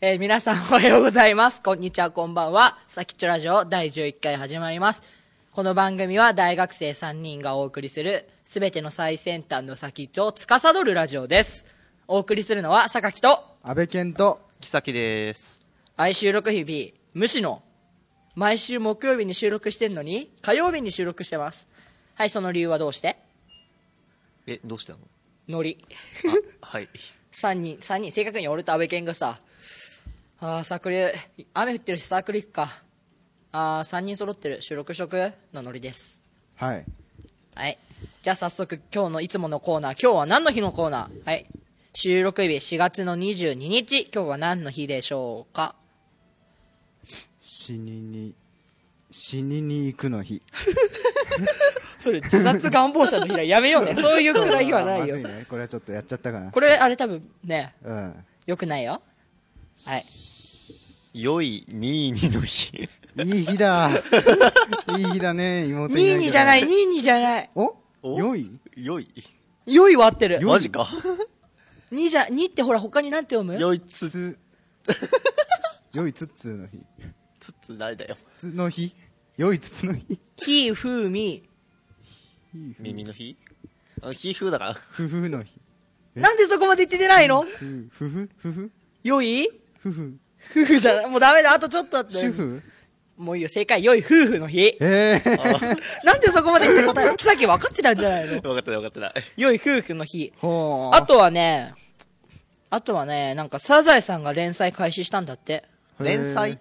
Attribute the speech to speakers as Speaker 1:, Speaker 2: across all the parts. Speaker 1: えー皆さんおはようございます。こんにちは、こんばんは。さきちょラジオ第11回始まります。この番組は大学生3人がお送りする、すべての最先端の先っちょを司るラジオです。お送りするのは、榊と、
Speaker 2: 安倍健と
Speaker 3: 木崎です
Speaker 1: 愛収録日々、無視の、毎週木曜日に収録してんのに、火曜日に収録してます。はい、その理由はどうして
Speaker 3: えどうしたの
Speaker 1: ノリ。
Speaker 3: あはい
Speaker 1: 3人、三人、正確に俺と安倍健がさ、あー、サークル、雨降ってるしサークル行くか。あー、3人揃ってる、収録しとくのノリです。
Speaker 2: はい
Speaker 1: はい。じゃあ早速、今日のいつものコーナー、今日は何の日のコーナーはい。収録日4月の22日、今日は何の日でしょうか
Speaker 2: 死にに死にに行く の日
Speaker 1: それ、自殺願望者の日だ。 やめようね。そういうくらい日はな
Speaker 2: ま
Speaker 1: い
Speaker 2: ずい
Speaker 1: よ。
Speaker 2: ねこれはちょっとやっちゃったかな
Speaker 1: これ、あれ多分ね、
Speaker 2: うん
Speaker 1: 良くないよ。はい。
Speaker 3: 良い22の日
Speaker 2: いい 日だいい日だね妹い
Speaker 1: 22じゃない、
Speaker 2: けど
Speaker 1: 22じゃない。
Speaker 2: お良い
Speaker 3: 良い
Speaker 1: 良いは合ってる。
Speaker 3: マジか
Speaker 1: 2じゃ、2ってほら他になんて読む
Speaker 3: 良いつつ
Speaker 2: つ良いつっつーの日
Speaker 3: つつないだよ
Speaker 2: つの日良いつつの日
Speaker 1: ひ、ふ、み。
Speaker 3: 耳の日あ皮膚だから
Speaker 2: ふふの日
Speaker 1: なんでそこまで言ってないの
Speaker 2: ふふふふふ
Speaker 1: 良い
Speaker 2: ふふ
Speaker 1: 夫婦じゃない。もうダメだ。あとちょっとだった
Speaker 2: 主婦
Speaker 1: もういいよ。正解。良い夫婦の日。
Speaker 2: ええ
Speaker 1: なんでそこまで言って答える木崎分かってたんじゃないの
Speaker 3: 分かってない分かってない
Speaker 1: 良い夫婦の日。
Speaker 2: ほう
Speaker 1: あとはね、あとはね、なんかサザエさんが連載開始したんだって。
Speaker 2: へー
Speaker 3: 連載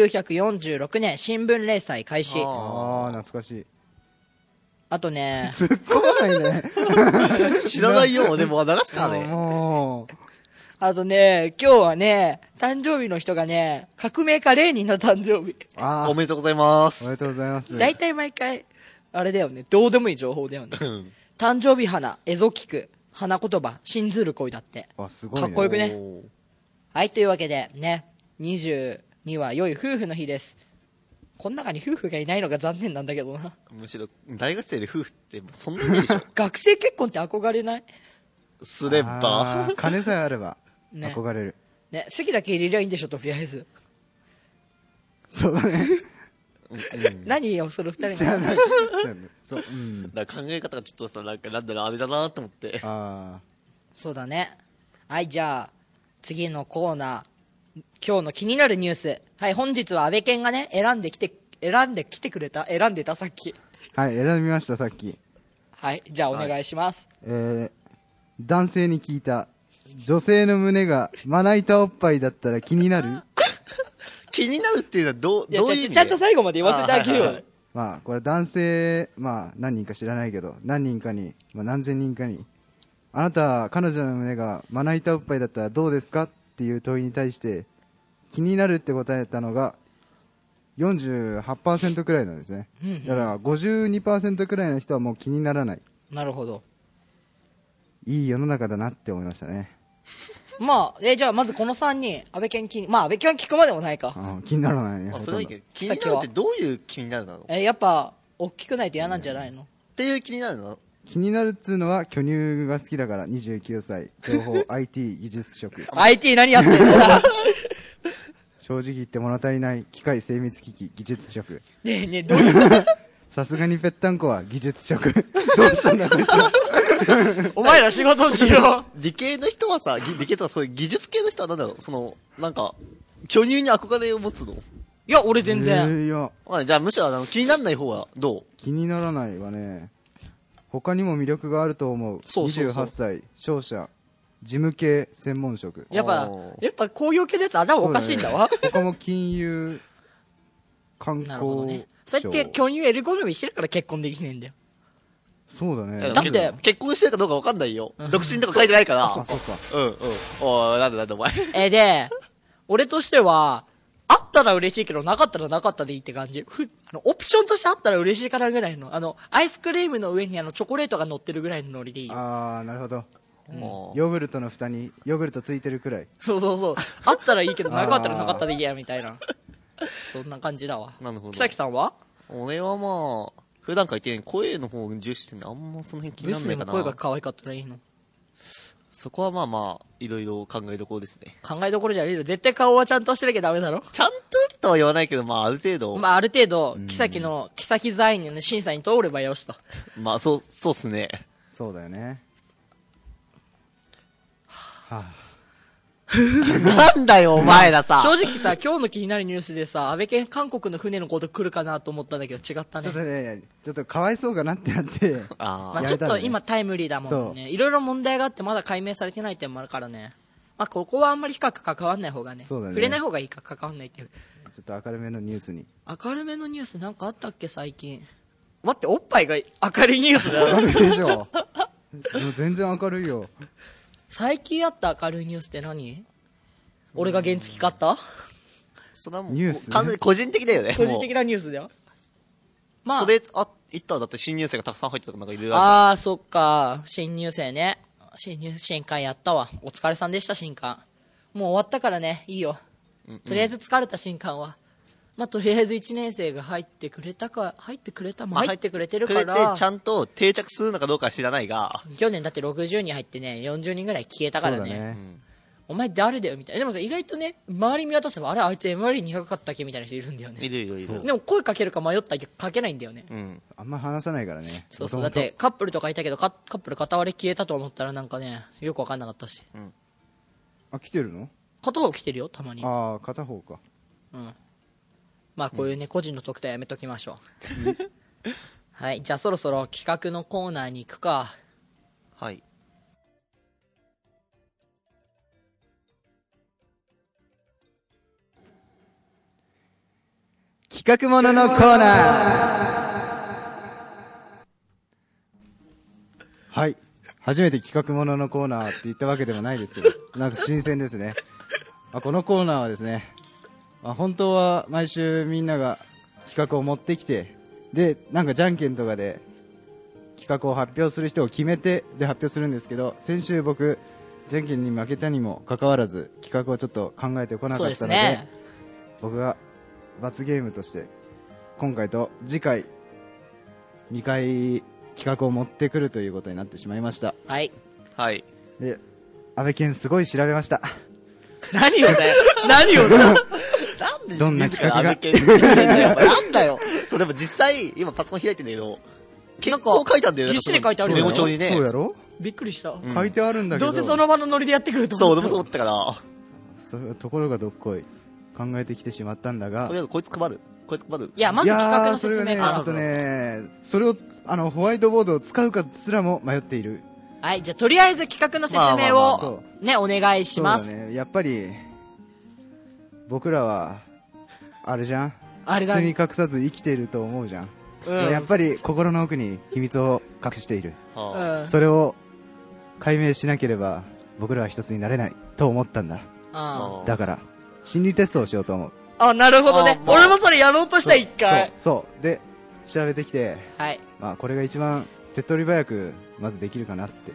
Speaker 1: 1946年新聞連載開始。
Speaker 3: あ
Speaker 2: ああ懐かしい
Speaker 1: あとね、
Speaker 2: 突っ込まな いね
Speaker 3: 知らないよでも流すからね
Speaker 2: もう
Speaker 1: あとね、今日はね、誕生日の人がね、革命家レーニンの誕生日。
Speaker 2: ああ
Speaker 3: おめでとうございま
Speaker 2: おめですとうございます
Speaker 1: 大体毎回、あれだよね、どうでもいい情報だよね。
Speaker 3: うん
Speaker 1: 誕生日花、エゾキク、花言葉、信ずる恋だって。
Speaker 2: あすごい、ね、
Speaker 1: かっこよくね
Speaker 3: おー
Speaker 1: はい、というわけで、ね、22は良い夫婦の日です。この中に夫婦がいないのが残念なんだけどな。
Speaker 3: むしろ大学生で夫婦ってそんなにいないでしょ
Speaker 1: 学生結婚って憧れない
Speaker 3: すれ
Speaker 2: あ
Speaker 3: ば
Speaker 2: ー金さえあれば
Speaker 1: ね
Speaker 2: 憧れる、
Speaker 1: ね、席だけ入れりゃいいんでしょ、とりあえず。
Speaker 2: そう だね
Speaker 3: うん
Speaker 1: 何よ、その二人
Speaker 2: じゃあ
Speaker 1: の。
Speaker 2: ないそううん
Speaker 3: だから考え方がちょっとさなんかなんだろうあれだなと思って
Speaker 2: あ
Speaker 1: そうだね。はい、じゃあ、次のコーナー。今日の気になるニュース。はい、本日は安倍健がね、選んできて、選んできてくれた選んでた、さっき。
Speaker 2: あはい選びましたさっき
Speaker 1: はい、じゃあお願いします。
Speaker 2: えー、男性に聞いた女性の胸がまな板おっぱいだったら気になる
Speaker 3: 気になるっていうのはどう
Speaker 1: いや
Speaker 3: どういう
Speaker 1: ち
Speaker 3: 意
Speaker 1: ゃ
Speaker 3: 味
Speaker 1: ちゃんと最後まで言わせてあげようよ
Speaker 3: あはいはいはい
Speaker 2: まあこれ男性まあ何人か知らないけど何人かに、まあ、何千人かにあなた彼女の胸がまな板おっぱいだったらどうですかっていう問いに対して気になるって答えたのが48%くらいなんですねだから52%くらいの人はもう気にならない
Speaker 1: なるほど。
Speaker 2: いい世の中だなって思いましたね
Speaker 1: まあ、え、じゃあまずこの3人、安倍健金、まあ安倍健聞くまでもないか。
Speaker 2: あ気にならないね
Speaker 3: ま
Speaker 2: ほ
Speaker 3: あ、
Speaker 2: と
Speaker 3: それはい
Speaker 2: んど
Speaker 3: いけど気になるってどういう気になるなのっ
Speaker 1: え、やっぱ、大きくないと嫌なんじゃないの、
Speaker 3: ていう気になるの
Speaker 2: 気になるっつうのは巨乳が好きだから29歳情報 IT 技術職
Speaker 1: ?IT 何やってんだ
Speaker 2: 正直言って物足りない機械精密機器技術職
Speaker 1: ねえねえ、どういう、
Speaker 2: さすがにぺったんこは技 術職どうしたんだろう
Speaker 1: お前ら仕事しろ。
Speaker 3: 理系の人はさぎ理系とかそういう技術系の人はなんだろうそのなんか巨乳に憧れを持つの、
Speaker 1: いや、俺全然。
Speaker 2: いや
Speaker 3: まあ、じゃあむしろあの気にならない方はどう
Speaker 2: 気にならないわね他にも魅力があると思う
Speaker 1: そうそうそう
Speaker 2: 28歳商社事務系専門職
Speaker 1: やっぱ
Speaker 3: お、ー
Speaker 1: やっぱ工業系のやつ頭おかしいんだわ。
Speaker 2: そうね他も金融観
Speaker 1: なる
Speaker 2: 光
Speaker 1: ほどね。それ
Speaker 2: 庁
Speaker 1: って巨乳エルゴノミーしてるから結婚できねえんだよ。
Speaker 2: そうだ
Speaker 3: いや
Speaker 2: ね
Speaker 1: だっ
Speaker 3: で
Speaker 1: て
Speaker 3: も結結婚してるかどうかわかんないよ独身とか書いてないから
Speaker 2: あそっか
Speaker 3: うんうんおいなんだなんだお前
Speaker 1: え、で、俺としては、あったら嬉しいけど、なかったらなかったでいいって感じ。ふあの、オプションとしてあったら嬉しいからぐらいの、あの、アイスクリームの上にあの、チョコレートが乗ってるぐらいのノリでいいよ。
Speaker 2: ああなるほど
Speaker 3: も
Speaker 2: ヨーグルトの蓋にヨーグルトついてるくらい
Speaker 1: そうそうそう。 あったらいいけど、なかったらなかったでいいや、みたいな。そんな感じだわ。
Speaker 3: なるほど
Speaker 1: 木崎さんは
Speaker 3: う俺はまあ普段から言ってない声の方を重視してんであんまその辺気
Speaker 1: ブ
Speaker 3: になら
Speaker 1: ス
Speaker 3: な
Speaker 1: で
Speaker 3: いか
Speaker 1: も
Speaker 3: な
Speaker 1: 声が可愛かったらいいの。
Speaker 3: そこはまあまあ、いろいろ考えどころですね。
Speaker 1: 考えどころじゃねえぞ。絶対顔はちゃんとしてなきゃダメだろ
Speaker 3: ちゃんととは言わないけど、まあある程度、ま、
Speaker 1: まあ、ある程度、妃の、妃財人の審査に通ればよしと。
Speaker 3: あそう、そうっすね。
Speaker 2: そうだよねはあ
Speaker 3: なんだよ、お前らさ。
Speaker 1: 正直さ、今日の気になるニュースでさ、安倍県韓国の船のこと来るかなと思ったんだけど違った
Speaker 2: ちょ
Speaker 1: ね
Speaker 2: っ。とねちょっとかわいそうかなって なって
Speaker 3: あ
Speaker 1: まあ
Speaker 3: あ、
Speaker 1: ちょっ
Speaker 2: やれた
Speaker 1: と
Speaker 2: らね
Speaker 1: 今タイムリーだもんね。いろいろ問題があってまだ解明されてない点もあるからね。まあここはあんまり深く関わんない方がね。
Speaker 2: そうだね
Speaker 1: 触れない方がいいか関わんないけど。
Speaker 2: ちょっと明るめのニュースに
Speaker 1: 明るめのニュースなんかあったっけ最近。待って、おっぱいが明るいニュースだよ。
Speaker 2: 明るいでしょもう全然明るいよ
Speaker 1: 最近あった明るいニュースって何俺が原付買った
Speaker 3: それはもう、
Speaker 2: ニュースね
Speaker 3: 完全に個人的だよね。
Speaker 1: 個人的
Speaker 3: も
Speaker 1: なニュースだよ。
Speaker 3: う
Speaker 1: まあ、
Speaker 3: それ、あ、言ったらだって新入生がたくさん入ってたとかなんかいろいろある
Speaker 1: ああ、そっか。新入生ね。新入新刊やったわ。お疲れさんでした、新刊。もう終わったからね、いいよ。とりあえず疲れた、新刊は。まあ、とりあえず1年生が入ってくれたか、入ってくれた、まあ、入ってくれてるか
Speaker 3: くれて
Speaker 1: ら
Speaker 3: ち、ゃんと定着するのかどうかは知らないが、
Speaker 1: 去年だって60人入ってね、40人ぐらい消えたから
Speaker 2: そう
Speaker 1: ね。
Speaker 2: だ
Speaker 3: う
Speaker 2: ね
Speaker 3: ん
Speaker 1: お前誰だよみたいな。でもさ、意外とね、周り見渡せば、あれ、あいつ MRE 苦かったっけみたいな人いるんだよね
Speaker 3: い。るいるいる。
Speaker 1: でも声かけるか迷ったけど、かけないんだよね。
Speaker 3: うん。
Speaker 2: あんま話さないからね
Speaker 1: そうそう。だ
Speaker 2: 元
Speaker 1: っ
Speaker 2: 々
Speaker 1: て、カップルとかいたけど、カカップル片割れ消えたと思ったらなんかね、よくわかんなかったし。
Speaker 2: あ来てるの
Speaker 1: 片方来てるよたまに
Speaker 2: ああ片方か
Speaker 1: うんまあこういうね、個人の特定はやめときましょうはいじゃあそろそろ企画のコーナーに行くか
Speaker 3: はい。
Speaker 2: 企画もののコーナーはい初めて企画もののコーナーって言ったわけでもない ですけどなんか新鮮ですねあこのコーナーはですねあ本当は毎週みんなが企画を持ってきてでなんかじゃんけんとかで企画を発表する人を決めてで発表するんですけど先週僕じゃんけんに負けたにもかかわらず企画をちょっと考えてこな
Speaker 1: そ
Speaker 2: か
Speaker 1: う
Speaker 2: っ
Speaker 1: で
Speaker 2: た
Speaker 1: す
Speaker 2: ので
Speaker 1: ね
Speaker 2: 僕が罰ゲームとして今回と次回2回企画を持ってくるということになってしまいました
Speaker 1: はい
Speaker 3: はい。
Speaker 2: で安倍健すごい調べました
Speaker 1: 何をだよ 何をだよ
Speaker 3: なんで
Speaker 2: どんな
Speaker 3: 自
Speaker 2: 企画
Speaker 3: ら
Speaker 2: が
Speaker 3: 安倍健言ってんだよ。なんだ よ。そう、でも実際、今パソコン開いてんだけど、結構書いたんだよね。
Speaker 1: ぎっしり書いてあるよ
Speaker 3: メ
Speaker 1: ね
Speaker 3: モ帳にね。
Speaker 2: そうやろ、
Speaker 1: びっくりした、
Speaker 3: ん
Speaker 2: 書いてあるんだけ
Speaker 1: ど
Speaker 2: ど
Speaker 1: うせその場のノリでやってくると
Speaker 3: そう、
Speaker 1: 思
Speaker 3: 俺
Speaker 1: った
Speaker 3: もそう思ったから。
Speaker 2: それところがどっこい考えてきてしまったんだが
Speaker 3: とりあえずこいつ配る。こいつ配る。
Speaker 1: いやまず企画の説
Speaker 2: い
Speaker 1: 明
Speaker 2: や
Speaker 1: か
Speaker 2: ー
Speaker 1: ら、
Speaker 2: それがねちょっとねそれをあのホワイトボードを使うかすらも迷っている
Speaker 1: はいじゃあとりあえず企画の説明
Speaker 3: まあま
Speaker 2: ま
Speaker 3: あ
Speaker 2: あま
Speaker 1: をねお願いします、
Speaker 2: そうだねやっぱり僕らはあれじゃん
Speaker 1: あれだ
Speaker 2: 包み隠さず生きていると思うじゃん、
Speaker 1: うん
Speaker 2: でもやっぱり心の奥に秘密を隠している、
Speaker 3: は
Speaker 1: うん
Speaker 2: それを解明しなければ僕らは一つになれないと思ったんだ
Speaker 1: あ
Speaker 2: だから心理テストをしようと思う
Speaker 1: ああなるほどね
Speaker 3: あまあ
Speaker 1: 俺もそれやろうとした一回
Speaker 2: そうそうで調べてきて、
Speaker 1: はい
Speaker 2: まあ、これが一番手っ取り早くまずできるかなって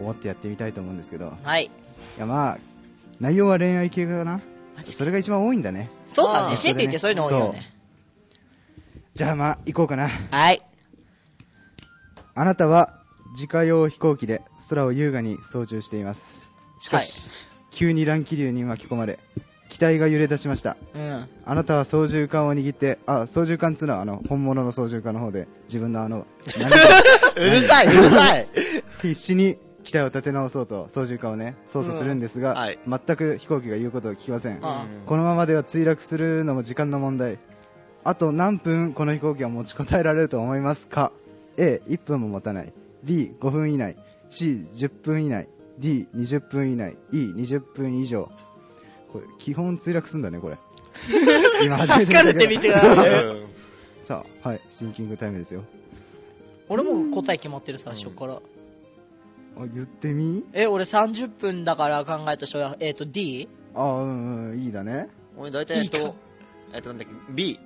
Speaker 2: 思ってやってみたいと思うんですけど
Speaker 1: はい
Speaker 2: いやまあ内容は恋愛系かな
Speaker 1: マジか
Speaker 2: それが一番多いんだね
Speaker 1: そうだ
Speaker 3: ま
Speaker 1: ね
Speaker 3: あ
Speaker 1: 心理ってそういうの多いよね
Speaker 2: じゃあまあ行こうかな
Speaker 1: はい
Speaker 2: あなたは自家用飛行機で空を優雅に操縦していますしかし、急に乱気流に巻き込まれ機体が揺れ出しました
Speaker 1: うん
Speaker 2: あなたは操縦桿を握ってあ操縦桿っつうのはあの本物の操縦桿の方で自分のあの何
Speaker 3: うるさい、うるさい。
Speaker 2: 必死に機体を立て直そうと操縦桿をね操作するんですが、
Speaker 3: うんはい
Speaker 2: 全く飛行機が言うことを聞きません、
Speaker 1: あ
Speaker 2: このままでは墜落するのも時間の問題あと何分この飛行機は持ちこたえられると思いますか A1 分も持たない B5 分以内 C10 分以内 D20 分以内 E20 分以上これ基本墜落すんだねこれ 今初め
Speaker 1: 助かる
Speaker 2: 見
Speaker 1: ったて
Speaker 2: けど
Speaker 1: 道がある
Speaker 2: さあはいシンキングタイムですよ
Speaker 1: 俺も答え決まってるさ最初から
Speaker 2: あ言ってみ
Speaker 1: え俺30分だから考えた人はえっと D?
Speaker 2: あうんうんいいだね
Speaker 3: 俺大体、えっ
Speaker 1: いいか
Speaker 3: と、えっと、なんだっけ、B。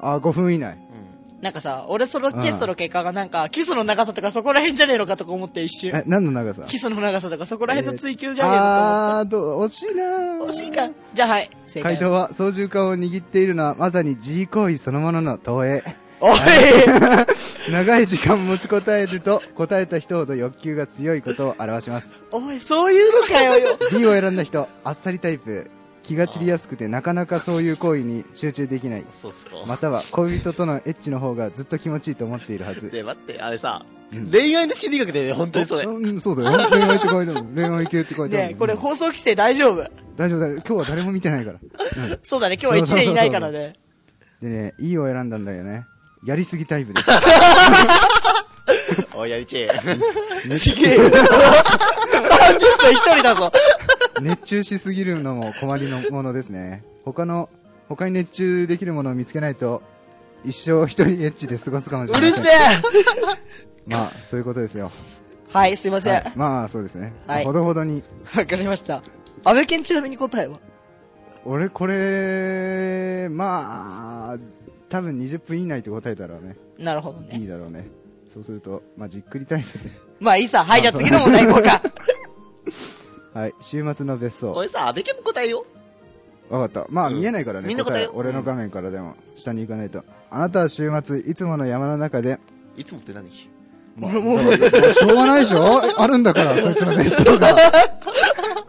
Speaker 2: あ5分以内
Speaker 1: なんかさ俺その
Speaker 2: うん
Speaker 1: テストの結果がなんかキスの長さとかそこら辺じゃねえのかとか思って一
Speaker 2: え
Speaker 1: 瞬
Speaker 2: 何の長さ
Speaker 1: キスの長さとかそこら辺の追求じゃねえのか
Speaker 2: あーどう惜しいな
Speaker 1: と
Speaker 2: ー
Speaker 1: 思った惜しいかじゃあはい正
Speaker 2: 回
Speaker 1: 解
Speaker 2: 答は 操縦桿を握っているのはまさに G 行為そのものの投影
Speaker 1: おい
Speaker 2: 長い時間持ちこたえると答えた人ほど欲求が強いことを表します
Speaker 1: おい、そういうのかよ よ。
Speaker 2: B を選んだ人あっさりタイプ気が散りやすくてなかなかそういう行為に集中できない
Speaker 3: そうっすか。
Speaker 2: または恋人とのエッチの方がずっと気持ちいいと思っているはず
Speaker 3: で、待って、あれさ、恋愛の心理学で本当にそれ。
Speaker 2: うん、そうだよ恋愛って書いてある恋愛系って書いてある
Speaker 1: ねえこれ放送規制大丈夫
Speaker 2: 大丈夫大丈夫今日は誰も見てないから
Speaker 1: そうだね、今日は1年いないからね。
Speaker 2: でね E を選んだんだよねやりすぎタイプ です
Speaker 3: おい、やりちえ。
Speaker 1: ちげえよ。30分一人だぞ。
Speaker 2: 熱中しすぎるのも困りのものですね他の他に熱中できるものを見つけないと一生一人エッチで過ごすかもしれ
Speaker 1: う
Speaker 2: ま
Speaker 1: る
Speaker 2: せん
Speaker 1: せえ
Speaker 2: まあそういうことですよ、
Speaker 1: はい、すいません。
Speaker 2: は
Speaker 1: わ
Speaker 2: い、まあそうですね、
Speaker 1: はい
Speaker 2: ほどほどに
Speaker 1: かりました。安倍健ちなみに答えは
Speaker 2: 俺これまあ多分20分以内って答えたらね
Speaker 1: なるほど
Speaker 2: いい
Speaker 1: ね。
Speaker 2: だろうねそうすると、まあ、じっくりタイプで
Speaker 1: まあいいさ。はい、じゃあ次の問題行こうか。
Speaker 2: はい週末の別荘
Speaker 3: これさ、安倍家も答えよ。
Speaker 2: わかったまあ、見えないからね
Speaker 3: みんな答えよ
Speaker 2: 俺の画面からでも下に行かないとあなたは週末いつもの山の中で
Speaker 3: いつもって何
Speaker 2: まあ、もう、しょうがないでしょあるんだから、そいつの別荘が。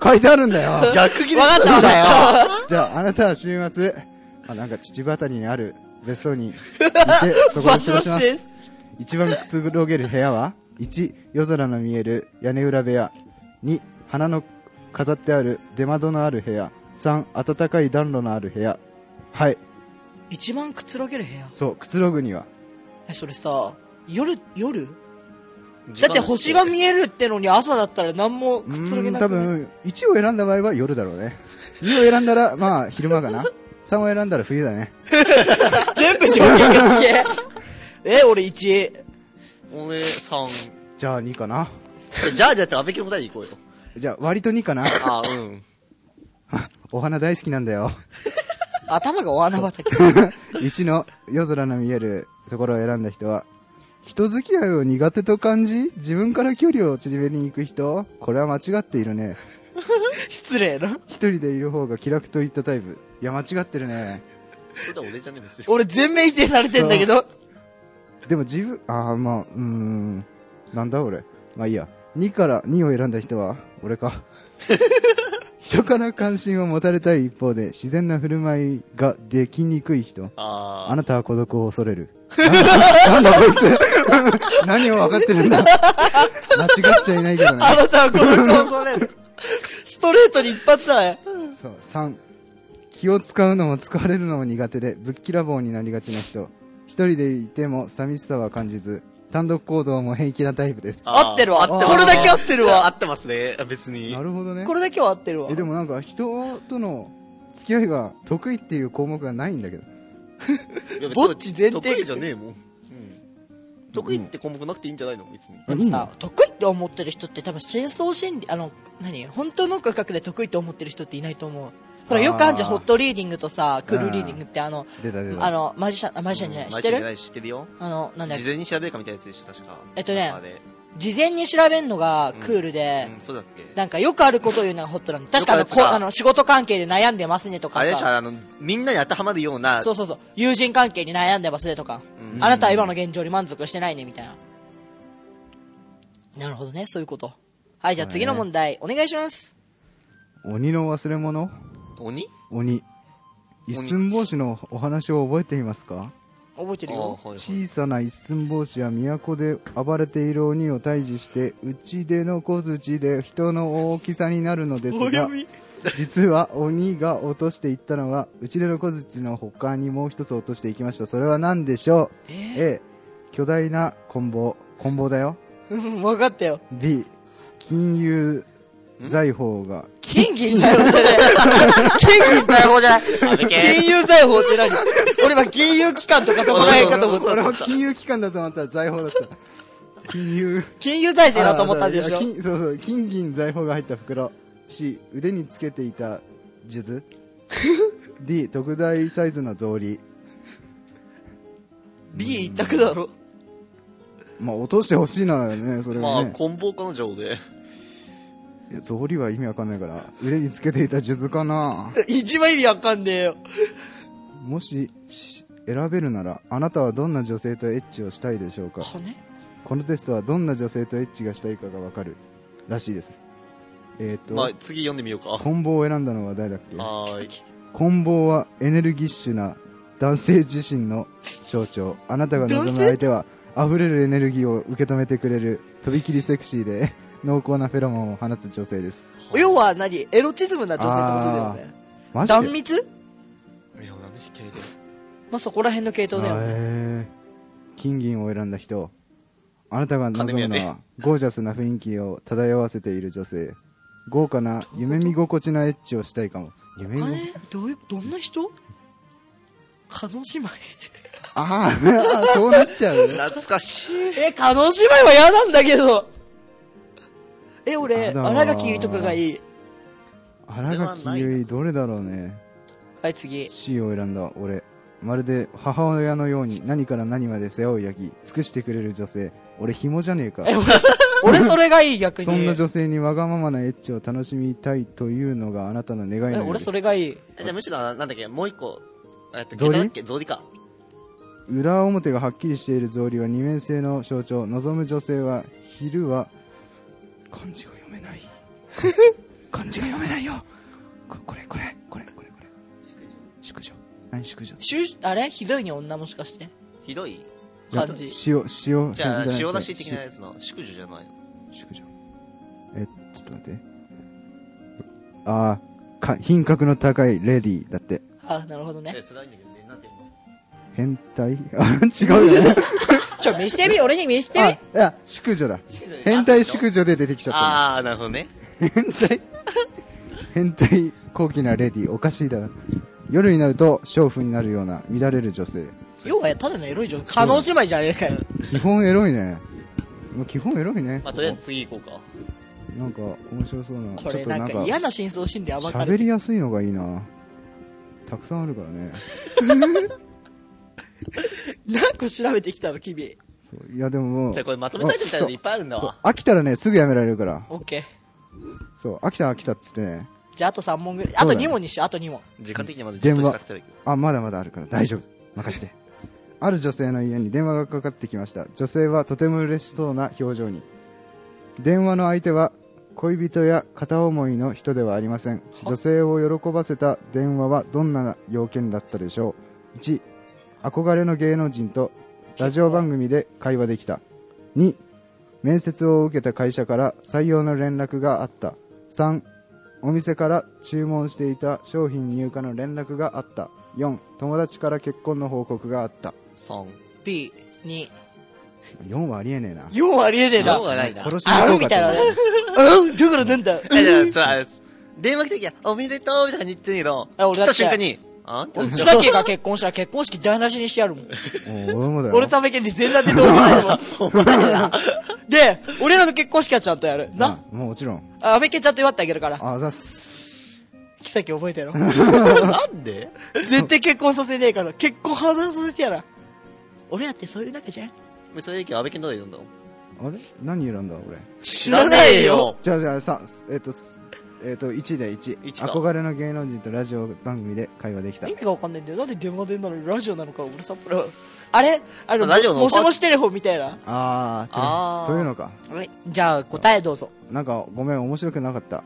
Speaker 2: 書いてあるんだよ。
Speaker 3: 逆切れ
Speaker 1: わかったわかっ
Speaker 2: じゃあ、あなたは週末、あなんか秩父あたりにある別荘に行っ て、そ
Speaker 1: た。
Speaker 2: こ
Speaker 1: バ
Speaker 2: で過ごし
Speaker 1: シ
Speaker 2: ま。
Speaker 1: バシですす。
Speaker 2: 一番くつろげる部屋は ?1、夜空の見える屋根裏部屋。2、花の飾ってある出窓のある部屋。3、暖かい暖炉のある部屋。はい、
Speaker 1: 一番くつろげる部屋。
Speaker 2: そう、くつろぐには。
Speaker 1: え、それさ、夜、夜 だって星が見えるってのに朝だったら何も
Speaker 2: う
Speaker 1: くつろげ
Speaker 2: ーん
Speaker 1: な
Speaker 2: 多
Speaker 1: くない。
Speaker 2: 分1を選んだ場合は夜だろうね2を選んだらまあ昼 間かな3を選んだら冬だね
Speaker 1: 全部条件が違え。え、俺1。
Speaker 3: 俺、3。
Speaker 2: じゃあ2かな
Speaker 3: じゃあ、じゃあ、じゃあ安倍家の答えに行こうよ。
Speaker 2: じゃあ割と2かな
Speaker 3: あ、うん。
Speaker 2: お花大好きなんだよ
Speaker 1: 頭がお花 畑。
Speaker 2: 1の夜空の見えるところを選んだ人は人付き合いを苦手と感じ自分から距離を縮めに行く人これは間違っているね
Speaker 1: 失礼な。
Speaker 2: 一人でいる方が気楽といったタイプいや間違ってるね
Speaker 3: それでは俺じゃねえんですよ。
Speaker 1: 俺全面否定されてんだけど。
Speaker 2: でも自分ああまあうーんなんだ俺まあいいや2から2を選んだ人は俺か 人から関心を持たれたい一方で自然な振る舞いができにくい人あ
Speaker 3: あ
Speaker 2: なたは孤独を恐れるなんだなんだこいつ 何を分かってるんだ間違っちゃいないけどね
Speaker 1: あなたは孤独を 恐れる。ストレートに一発だね。
Speaker 2: そう3気を使うのも使われるのも苦手でぶっきらぼうになりがちな人一人でいても寂しさは感じず単独行動も平気なタイプです
Speaker 3: あー
Speaker 1: 合ってるわ
Speaker 3: 合って
Speaker 1: これだけ合ってるわ
Speaker 3: あ合ってますね。別に
Speaker 2: な。るほどね
Speaker 1: これだけは合ってるわ
Speaker 2: え。でもなんか人との付き合いが得意っていう項目がないんだけど
Speaker 3: いや
Speaker 1: ぼっち前提
Speaker 3: 得意じゃねえもん。うん得意って項目なくていいんじゃないの別に。
Speaker 1: でもさ、得意って思ってる人って多分深層心理、あの、何本当の価格で得意って思ってる人っていないと思う。ほら、よくあんじゃん、
Speaker 2: あー
Speaker 1: ホットリーディングとさ、クールリーディングってあの、
Speaker 2: 出た出た
Speaker 1: あの、マジシャン、あマジシャンじゃない、
Speaker 3: うん
Speaker 1: 知って
Speaker 3: マジ
Speaker 1: る
Speaker 3: で知ってるよ。
Speaker 1: あの、なんだっ
Speaker 3: 事
Speaker 1: け
Speaker 3: 前に調べるかみたいなやつでしょ、確か。
Speaker 1: えっとね
Speaker 3: なんかで
Speaker 1: 事前に調べんのがクールで、
Speaker 3: うん、そうだっけ。
Speaker 1: なんかよくあることを言うのがホットなんで、確かあの、
Speaker 3: よくある
Speaker 1: こ
Speaker 3: やつだ
Speaker 1: あの仕事関係で悩んでますねと
Speaker 3: あ
Speaker 1: か
Speaker 3: れでしょ、
Speaker 1: さ、
Speaker 3: あの、みんなに当てはまるような、
Speaker 1: そうそうそう、友人関係に悩んでますねとか、あなたは今の現状に満足してないねみたいな。なるほどね、そういうこと。はい、じゃあ次の問題、お願いします。
Speaker 2: 鬼の忘れ物
Speaker 3: 鬼
Speaker 2: 鬼一寸法師のお話を覚えていますか
Speaker 1: 覚えてる
Speaker 3: あ
Speaker 1: よ。
Speaker 3: ーはいは
Speaker 2: 小
Speaker 3: い
Speaker 2: さな一寸法師は都で暴れている鬼を退治してうちでの小槌で人の大きさになるのです
Speaker 1: お
Speaker 2: が
Speaker 1: 読み
Speaker 2: 実は鬼が落としていったのはうちでの小槌の他にもう一つ落としていきましたそれは何でしょう、A 巨大な棍棒棍棒だよ
Speaker 1: うん、分かったよ。
Speaker 2: B 金融財宝が
Speaker 1: 金銀財宝じゃない。 金銀財宝じゃない。金融財宝って何俺は金融機関とかそこら辺かと思っ
Speaker 3: そう
Speaker 2: 俺
Speaker 3: だ
Speaker 2: も金融機関だと思ったら財宝だった金融
Speaker 1: た。金融財政だと思ったんでし
Speaker 2: あ
Speaker 1: ょ
Speaker 2: そういや金そうそう金銀財宝が入った袋 C 腕につけていた 数珠 D 特大サイズの草履
Speaker 1: ?B 一択だろ。
Speaker 2: まあ落としてほしいならねそれ
Speaker 3: ま
Speaker 2: は
Speaker 3: あ、
Speaker 2: ね、
Speaker 3: 棍棒かな、じゃあ俺。
Speaker 2: いや草履は意味わかんないから腕につけていた数珠かな
Speaker 1: 一番意味わかんねえよ。
Speaker 2: もしし選べるならあなたはどんな女性とエッチをしたいでしょうか
Speaker 1: 金
Speaker 2: このテストはどんな女性とエッチがしたいかがわかるらしいですえっ、と、
Speaker 3: まあ、次読んでみようか。
Speaker 2: コンボを選んだのは誰だっけ
Speaker 3: はーい。
Speaker 2: コンボはエネルギッシュな男性自身の象徴あなたが望む相手は溢れるエネルギーを受け止めてくれるとびきりセクシーで濃厚なフェロモンを放つ女性です
Speaker 1: 要は何エロチズムな女性ってことだよね
Speaker 2: マジで
Speaker 1: 断蜜
Speaker 3: いや、なんでし、系で。
Speaker 1: まあそこら辺の系統だよ
Speaker 2: あ
Speaker 1: ね
Speaker 2: へー金銀を選んだ人あなたが望
Speaker 3: 金
Speaker 2: む
Speaker 3: 目当
Speaker 2: の
Speaker 3: て
Speaker 2: はゴージャスな雰囲気を漂わせている女性豪華な夢見心地なエッチをしたいかも夢見
Speaker 1: 金どういうどんな人加納姉妹
Speaker 2: あーそうなっちゃう
Speaker 3: 懐かしい。
Speaker 1: え加納姉妹は嫌なんだけどえ俺
Speaker 2: やだわ
Speaker 1: 新垣結衣とかがいい
Speaker 3: それ
Speaker 2: 新
Speaker 3: はないな
Speaker 2: 垣結衣どれだろうね
Speaker 1: はい次
Speaker 2: C を選んだ俺まるで母親のように何から何まで世話を焼き尽くしてくれる女性俺紐じゃねえか
Speaker 1: え俺そ俺それが いい逆に
Speaker 2: そんな女性にわがままなエッチを楽しみたいというのがあなたの願い
Speaker 1: え
Speaker 2: のようで
Speaker 1: 俺
Speaker 2: す
Speaker 1: それがいい
Speaker 3: えじゃあ、むしろ、なんだっけ、もう一個。えっと、
Speaker 2: 草履
Speaker 3: 下駄だっけゾリか。
Speaker 2: 裏表がはっきりしている草履は二面性の象徴望む女性は昼は漢字が読め ない漢字が読めないよここれこれこれこれこれ宿女何宿女
Speaker 1: しゅあれひどいに女もしかして
Speaker 3: ひどい
Speaker 1: 漢
Speaker 2: い
Speaker 1: 字
Speaker 2: や塩塩
Speaker 3: じゃあ、
Speaker 2: じゃなくて
Speaker 3: 塩出し的なやつの、宿女じゃないの。
Speaker 2: 宿女えちょっと待ってああか品格の高いレディーだって
Speaker 1: あなるほどね
Speaker 3: え、それはいいんだけどね、なんていうの
Speaker 2: 変態あ違 うよね
Speaker 1: ちょ見してみ俺に見し
Speaker 2: あい
Speaker 1: て
Speaker 2: や宿女だ
Speaker 3: 宿女で
Speaker 2: 変態宿女で出てきちゃったの
Speaker 3: あー、なるほどね。
Speaker 2: 変態変態高貴なレディーおかしいだろ夜になると娼婦になるような乱れる女性
Speaker 1: み要はただのエロい女加納姉妹じゃねえかよ
Speaker 2: 基本エロいねもう基本エロいね
Speaker 3: まあ、とりあえず次行こう
Speaker 2: なんか面白そうな
Speaker 1: こ
Speaker 2: ちょっ
Speaker 1: れ
Speaker 2: と
Speaker 1: な
Speaker 2: なんん
Speaker 1: か
Speaker 2: か
Speaker 1: 嫌な真相心理暴か
Speaker 2: 喋
Speaker 1: れ
Speaker 2: り
Speaker 1: る
Speaker 2: やすいのがいいなたくさんあるからね
Speaker 1: 何個調べてきたの君
Speaker 2: そういやでもも
Speaker 3: か。
Speaker 2: う
Speaker 3: じゃあ、これまとめたいみたいなのいっぱいあるんだ
Speaker 2: そう
Speaker 3: わ。
Speaker 2: 飽きたらねすぐやめられるから
Speaker 1: オッケー
Speaker 2: そう飽きた飽きたっつってね
Speaker 1: じゃああと3問ぐらいあと
Speaker 2: そうだね
Speaker 1: 2問にしようあと2問
Speaker 3: 時間的にはまだ10
Speaker 2: 電
Speaker 3: 分
Speaker 2: 話
Speaker 3: しか経ってないけど。
Speaker 2: あまだまだあるから大丈夫任してある女性の家に電話がかかってきました女性はとても嬉しそうな表情に電話の相手は恋人や片思いの人ではありません女性を喜ばせた電話はどんな要件だったでしょう1憧れの芸能人とラジオ番組で会話できた2面接を受けた会社から採用の連絡があった3お店から注文していた商品入荷の連絡があった4友達から結婚の報告があった
Speaker 3: 3。
Speaker 1: B24
Speaker 2: 4はありえねえな
Speaker 1: ありえねえな
Speaker 3: 4がないな。
Speaker 2: 殺しに行
Speaker 1: あ
Speaker 2: こ
Speaker 1: ん
Speaker 2: う
Speaker 1: み
Speaker 2: か
Speaker 1: たいなね
Speaker 2: と思っ
Speaker 1: うんだからなんだ
Speaker 3: え、じゃあ、ちょ、あれです。電話来た時は、おめでとうみたいな感じで言ってん
Speaker 1: あ
Speaker 3: だけど、
Speaker 1: 俺
Speaker 3: 来
Speaker 1: だったて
Speaker 3: 瞬間に、あんってなっちゃう
Speaker 1: シャケが結婚したら結婚式台無しにしてやるもん
Speaker 2: たもう俺もだよ
Speaker 1: 俺ためけに全裸で動画するもんで俺らの結婚式はちゃんとやるな
Speaker 2: うんもちろん
Speaker 1: あ阿部健ちゃんと祝ってあげるから
Speaker 2: あざっす
Speaker 1: 木崎覚えてろ
Speaker 3: なんで
Speaker 1: 絶対結婚させねえから結婚話させてやら俺らってそういう仲じゃん
Speaker 3: それだけ安倍健どうで読んだの
Speaker 2: あれ何選んだ俺
Speaker 1: 知
Speaker 3: 知らねえよ
Speaker 2: じゃあじゃあさえっとすえっと1で1
Speaker 3: 一か
Speaker 2: 憧れの芸能人とラジオ番組で会話できた
Speaker 1: 意味がわかんないんだよなんで電話でんなのにラジオなのか俺さっぱりあれあれ
Speaker 3: ラジオの
Speaker 1: もしもしテレフォンみたいな
Speaker 2: あーテレ
Speaker 3: あー
Speaker 2: そういうのか
Speaker 1: じゃあ答えどうぞ
Speaker 2: なんかごめん面白くなかった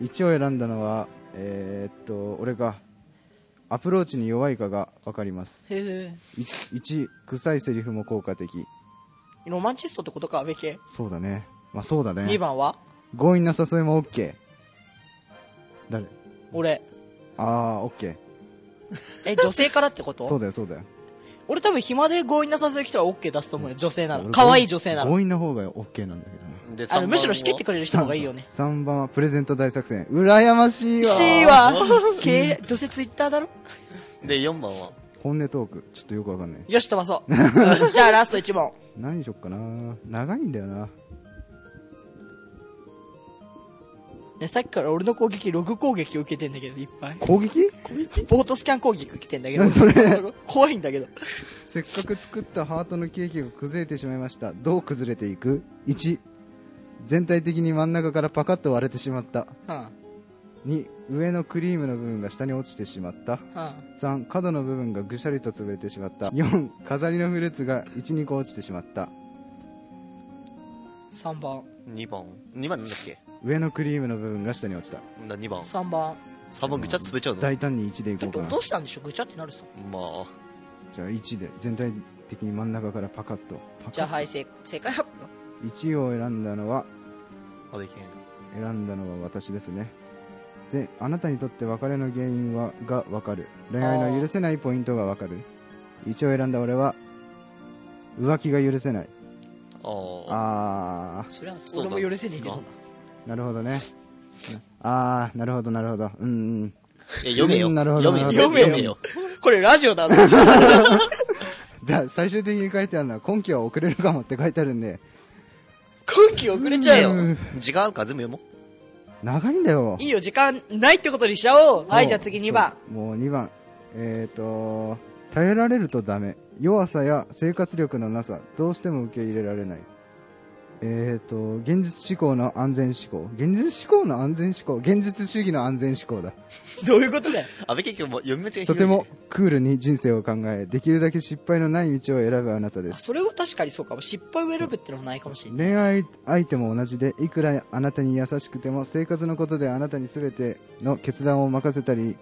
Speaker 2: 1を選んだのはえーっと俺がアプローチに弱いかが分かります
Speaker 1: へえ
Speaker 2: 1, 臭いセリフも効果的
Speaker 1: ロマンチストってことか阿部健
Speaker 2: そうだねまあそうだね
Speaker 1: 2番は
Speaker 2: 強引な誘いも OK 誰
Speaker 1: 俺
Speaker 2: ああ OK
Speaker 1: え女性からってこと
Speaker 2: そうだよそうだよ
Speaker 1: 俺多分暇で強引な誘い来たら OK 出すと思うよ女性なの可愛い女性なの
Speaker 2: 強引な方が OK なんだけどな
Speaker 3: で
Speaker 1: あのむしろ仕切ってくれる人の方がいいよね
Speaker 2: 3番はプレゼント大作戦羨ましいわ
Speaker 1: C は経営女性ツイッターだろ
Speaker 3: で、4番は。
Speaker 2: 本音トークちょっとよくわかんない
Speaker 1: よし飛ばそう じゃあラスト1問
Speaker 2: 何にしよっかな長いんだよな
Speaker 1: ねさっきから俺の攻撃ログ攻撃を受けてんだけどいっぱい
Speaker 2: 攻撃
Speaker 1: ボートスキャン攻撃受けてんだけど
Speaker 2: 何それ
Speaker 1: 怖いんだけど
Speaker 2: せっかく作ったハートのケーキが崩れてしまいましたどう崩れていく1全体的に真ん中からパカッと割れてしまった
Speaker 1: うん
Speaker 2: 2上のクリームの部分が下に落ちてしまった
Speaker 1: うん。
Speaker 2: 3角の部分がぐしゃりと潰れてしまった4飾りのフルーツが12個落ちてしまった
Speaker 1: 3番。
Speaker 3: 2番2番なんだっけ
Speaker 2: 上のクリームの部分が下に落ちた
Speaker 3: だ2番
Speaker 1: 3番。
Speaker 3: 3番ぐちゃっと潰れちゃうの
Speaker 2: 大胆に1でいこうか
Speaker 1: ど
Speaker 2: な
Speaker 1: どうしたんでしょうぐちゃってなるさ。
Speaker 3: まあ
Speaker 2: じゃあ1で全体的に真ん中からパカッとパ
Speaker 1: じゃあ、
Speaker 2: カ
Speaker 1: はい、
Speaker 2: ッ
Speaker 1: 正正解発表。
Speaker 2: 1を選んだのは
Speaker 3: あでいけん
Speaker 2: 選んだのは私ですねぜあなたにとって別れの原因はが分かる恋愛の許せないポイントが分かる一応選んだ俺は浮気が許せない
Speaker 3: ああ
Speaker 2: あ
Speaker 1: それは
Speaker 3: そう
Speaker 1: 俺
Speaker 3: なん
Speaker 1: も許せねえけ
Speaker 3: で
Speaker 1: ど
Speaker 3: す
Speaker 2: ーなるほどねあーなるほどなるほどうんうん
Speaker 3: いや読めよ
Speaker 2: うんなるほど
Speaker 3: 読めよ
Speaker 1: なるほど
Speaker 3: 読めよ
Speaker 1: な。これラジオだな。
Speaker 2: だ最終的に書いてあるのは今期は遅れるかもって書いてあるんで
Speaker 1: 空気遅れちゃえよ。
Speaker 2: うん
Speaker 3: 時間あるから全部読も
Speaker 2: 長いんだよ
Speaker 1: いいよ、時間ないってことにしちゃおう。はい、じゃあ次2番。
Speaker 2: そうもう2番えっ、と耐えられるとダメ弱さや生活力のなさどうしても受け入れられないえっ、と現実思考の安全思考現実思考の安全思考現実主義の安全 思考だ
Speaker 1: どういうことだよ。
Speaker 3: う安倍結局もう読み間違い
Speaker 2: とてもクールに人生を考えできるだけ失敗のない道を選ぶあなたで
Speaker 1: あ
Speaker 2: す
Speaker 1: それは確かにそうかも。失敗を選ぶってのもないかもしれない。
Speaker 2: 恋愛相手も同じでいくらあなたに優しくても生活のことであなたに全ての決断を任せたり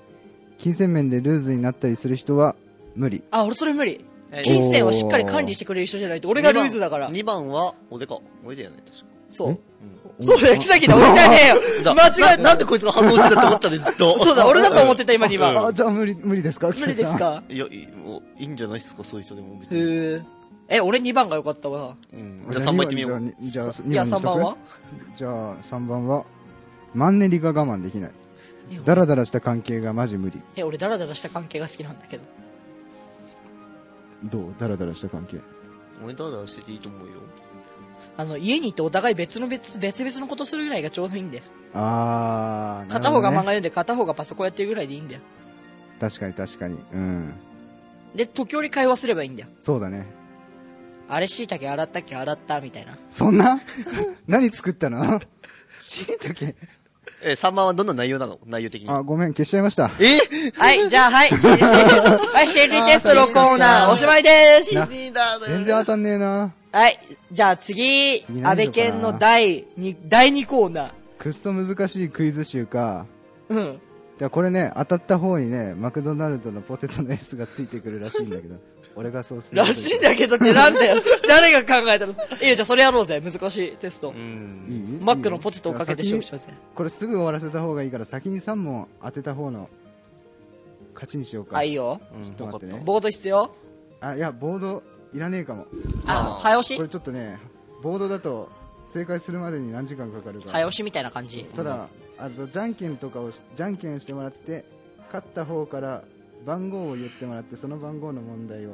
Speaker 2: 金銭面でルーズになったりする人は無理
Speaker 1: あ、俺それ無理
Speaker 3: え。
Speaker 1: 金銭をしっかり管理してくれる人じゃないと、俺がルーズだから。
Speaker 3: 2番は俺か俺だよね確か
Speaker 1: そう。
Speaker 3: う
Speaker 1: そうだよ、木崎だ、俺じゃねえよ。
Speaker 3: だ
Speaker 1: 間違え
Speaker 3: なな
Speaker 1: た
Speaker 3: ん。でこいつが反応してたと思ったねずっと
Speaker 1: そうだ、俺だと思ってた、今2
Speaker 2: あ
Speaker 1: 番。
Speaker 2: じゃあ無理無理ですか
Speaker 1: 無理ですか
Speaker 3: いやいいもういいんじゃないっすかそういう人でも別
Speaker 1: へ
Speaker 3: に、
Speaker 1: ーえ、俺2番が良かったわ。
Speaker 3: うん、
Speaker 2: じゃ
Speaker 3: じゃ
Speaker 2: あ
Speaker 3: あ
Speaker 2: 3
Speaker 3: 3
Speaker 2: 番
Speaker 3: 番
Speaker 2: い
Speaker 3: い
Speaker 2: っ
Speaker 3: って
Speaker 2: みよ
Speaker 3: てみよう
Speaker 2: うじゃあ
Speaker 1: いや、3番は
Speaker 2: じゃあ3番はマンネリが我慢できない
Speaker 1: いや
Speaker 2: ダラダラした関係がマジ無理
Speaker 1: え、俺ダラダラした関係が好きなんだけど。
Speaker 2: どうダラダラした関係
Speaker 3: 俺だだしてていいと思うよ
Speaker 1: あの、家に行ってお互い別の別、別々のことするぐらいがちょうどいいんだよ。
Speaker 2: ああ、なる
Speaker 1: 片
Speaker 2: ほ
Speaker 1: 方が
Speaker 2: ど
Speaker 1: 漫
Speaker 2: ね
Speaker 1: 画読んで、片方がパソコンやってるぐらいでいいんだよ。
Speaker 2: 確かに確かにうん
Speaker 1: で、時折会話すればいいんだよ。
Speaker 2: そうだね
Speaker 1: あれ、椎茸洗ったっけ洗ったみた いな。
Speaker 2: そんな何作ったの しいたけ
Speaker 3: え3番はどんな内容なの内容的に
Speaker 2: あごめん消しちゃいました
Speaker 3: え
Speaker 1: はい、じゃあ、 はい、心理、心理はい、心理テストのコーナー、おしまいです。
Speaker 2: な
Speaker 3: リーダーだよ
Speaker 2: 全然当たんねえな
Speaker 1: はい、じゃあ次、
Speaker 2: 次
Speaker 1: 安
Speaker 2: 何し
Speaker 1: 倍
Speaker 2: ようかな
Speaker 1: 健の第2、第2コーナー。
Speaker 2: くっそ難しいクイズ集か
Speaker 1: うん。
Speaker 2: でこれね当たった方にねマクドナルドのポテトの S がついてくるらしいんだ けど俺がそうする
Speaker 1: らしいんだけどってなん だよ。誰が考えたのいいよ、じゃあそれやろうぜ。難しいテスト。
Speaker 3: うん
Speaker 2: いい
Speaker 1: マックのポテトをかけて勝負しようぜ
Speaker 2: 先にこれすぐ終わらせた方がいいから先に3問当てた方の勝ちにしようか
Speaker 1: あ、いいよ。
Speaker 2: ちょっと待ってね
Speaker 1: ボード必要
Speaker 2: あいやボードいらねえかも
Speaker 1: あ、早押
Speaker 2: こ
Speaker 1: し
Speaker 2: れちょっとねボードだと正解するまでに何時間かかるか
Speaker 1: 早
Speaker 2: ら
Speaker 1: 押しみたいな感じ。
Speaker 2: ただあとじゃんけんとかをしじゃんけんしてもらって勝った方から番号を言ってもらってその番号の問題を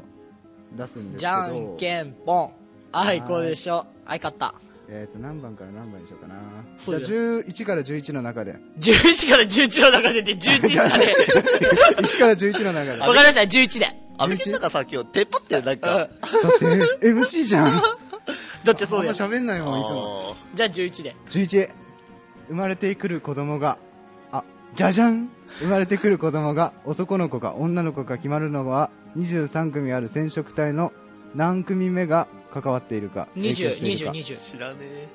Speaker 2: 出すんですけど
Speaker 1: じゃんけんぽん。あいこうでしょ。あい、勝った。
Speaker 2: えっ、と何番から何番にしようかなじ
Speaker 1: そ
Speaker 2: ゃ
Speaker 1: う
Speaker 2: あ
Speaker 1: だよ
Speaker 2: 11から11の中で
Speaker 1: 11から11の中でって、11しかね
Speaker 2: 1から11の中で
Speaker 1: え。わかりました、11で。
Speaker 3: アメリカなんかさ今日テっパってるなんか
Speaker 2: だって MC じゃん
Speaker 1: だってそ
Speaker 2: あ
Speaker 1: うん
Speaker 2: ま
Speaker 1: よ。じゃ
Speaker 2: 喋んないもんいつも
Speaker 3: あ
Speaker 1: あ11で。
Speaker 2: 11生まれてくる子供があじゃじゃん生まれてくる子供が男の子か女の子か決まるのは23組ある染色体の何組目が関わっているか影響
Speaker 1: 20、
Speaker 2: している
Speaker 1: 20、
Speaker 2: か
Speaker 1: 20。
Speaker 3: 知らねえ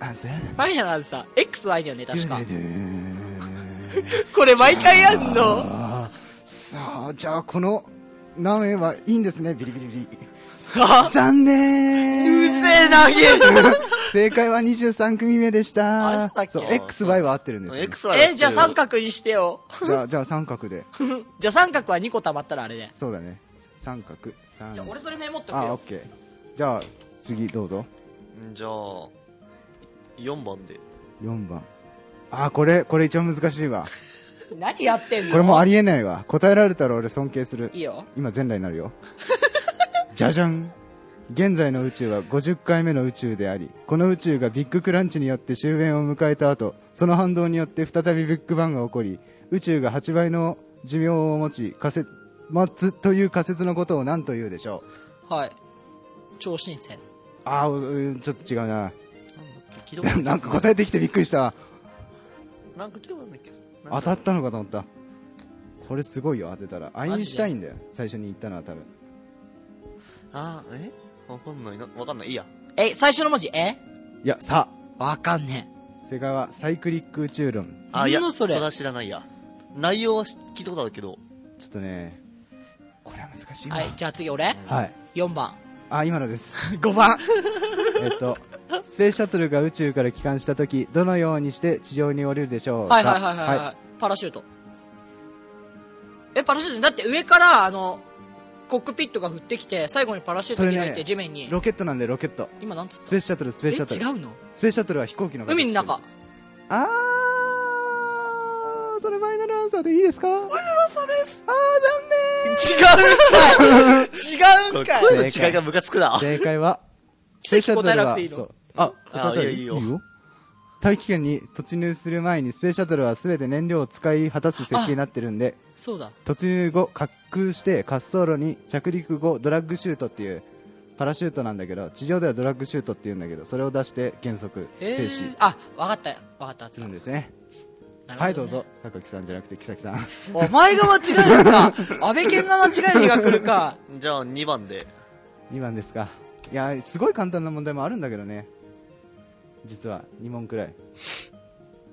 Speaker 2: アンサー
Speaker 1: ファイナルアンサー、XY だよね、確か。
Speaker 2: ドゥドゥドゥ
Speaker 1: これ毎回やんの
Speaker 2: あーさあじゃあこの何円はいいんですねビリビリビリ
Speaker 1: あ
Speaker 2: 残
Speaker 1: うぜ
Speaker 2: 念
Speaker 1: えな、ゲ ーム。
Speaker 2: 正解は23組目でした
Speaker 1: あれそうだっけ
Speaker 2: そう XY は合ってるんですよ
Speaker 3: X は
Speaker 1: え、じゃあ三角にしてよ。
Speaker 2: じゃあじゃあ三角で
Speaker 1: じゃあ三角は2個溜まったらあれで。
Speaker 2: そうだね三角三
Speaker 1: じゃあ
Speaker 2: 角
Speaker 1: 俺それメモっとく
Speaker 2: あオ
Speaker 1: よ
Speaker 2: ッ。ケーじゃあ次どうぞ
Speaker 3: じゃあ4番で
Speaker 2: 4番あこれこれ一番難しいわ
Speaker 1: 何やってんの
Speaker 2: これもうありえないわ答えられたら俺尊敬する
Speaker 1: いいよ。
Speaker 2: 今全裸になるよじゃじゃん現在の宇宙は50回目の宇宙でありこの宇宙がビッグクランチによって終焉を迎えた後その反動によって再びビッグバンが起こり宇宙が8倍の寿命を持ち仮説末という仮説のことを何と言うでしょう
Speaker 1: はい。超新鮮。
Speaker 2: ああちょっと違うな
Speaker 3: 聞いたこと
Speaker 2: な
Speaker 3: ない
Speaker 2: んか答えてきてびっくりしたわ
Speaker 3: なんか聞けばなんだっけ
Speaker 2: 当たったのかと思ったこれすごいよ当てたらアインシュタインだよ最初に言ったのは多分
Speaker 3: あーえわかんないなわかんないいいや
Speaker 1: え、最初の文字、え
Speaker 2: いやさ
Speaker 1: わかんね
Speaker 2: 正解はサイクリック宇宙論
Speaker 3: あいや
Speaker 1: なんだそ
Speaker 3: そ
Speaker 1: れ
Speaker 3: れは知らないや内容はし聞いたことあるけど
Speaker 2: ちょっとねこれは難しい
Speaker 1: え。
Speaker 2: わ
Speaker 1: はい、じゃあ次俺
Speaker 2: はい、
Speaker 1: ?4 番。
Speaker 2: あ今のです
Speaker 1: 5番。
Speaker 2: えっとスペースシャトルが宇宙から帰還した時どのようにして地上に降りるでしょうか
Speaker 1: はいはいはいはい、はい、パラシュート。え、パラシュートだって上から、あの、コックピットが降ってきて、最後にパラシュー
Speaker 2: そ
Speaker 1: ト
Speaker 2: れ
Speaker 1: 開いて
Speaker 2: ね
Speaker 1: 地面に。
Speaker 2: ロケットなんでロケット
Speaker 1: 今なんつっ
Speaker 2: ス
Speaker 1: た
Speaker 2: ペースシャトルスペー
Speaker 1: え、
Speaker 2: スシャト
Speaker 1: 違う
Speaker 2: ル
Speaker 1: の
Speaker 2: スペースシャトルは飛行機の形
Speaker 1: 海の中
Speaker 2: して。るあーそれファイナルアンサーでいいですかファイナルアンサーですあー
Speaker 1: 違うんかい違うんかい
Speaker 3: 声の違いがムカつくな
Speaker 2: 残念正解は
Speaker 1: 奇跡答えなくていいの
Speaker 2: そうあ答えたら
Speaker 3: あいいよいいよ
Speaker 2: 大気圏に突入する前にスペースシャトルは全て燃料を使い果たす設計になってるんで
Speaker 1: そうだ。
Speaker 2: 突入後滑空して滑走路に着陸後ドラッグシュートっていうパラシュートなんだけど地上ではドラッグシュートって言うんだけどそれを出して原則停
Speaker 1: え
Speaker 2: 止
Speaker 1: ー、あ、わかったよ。わかったわかっ
Speaker 2: す
Speaker 1: た。
Speaker 2: るんですね
Speaker 1: なるほね
Speaker 2: はいどう。ぞ榊さんじゃなくて木崎さん
Speaker 1: お前が間違えるのか。安倍健が間違える日が来るか。
Speaker 3: じゃあ2番で
Speaker 2: 2番ですかいやすごい簡単な問題もあるんだけどね実は2問くらい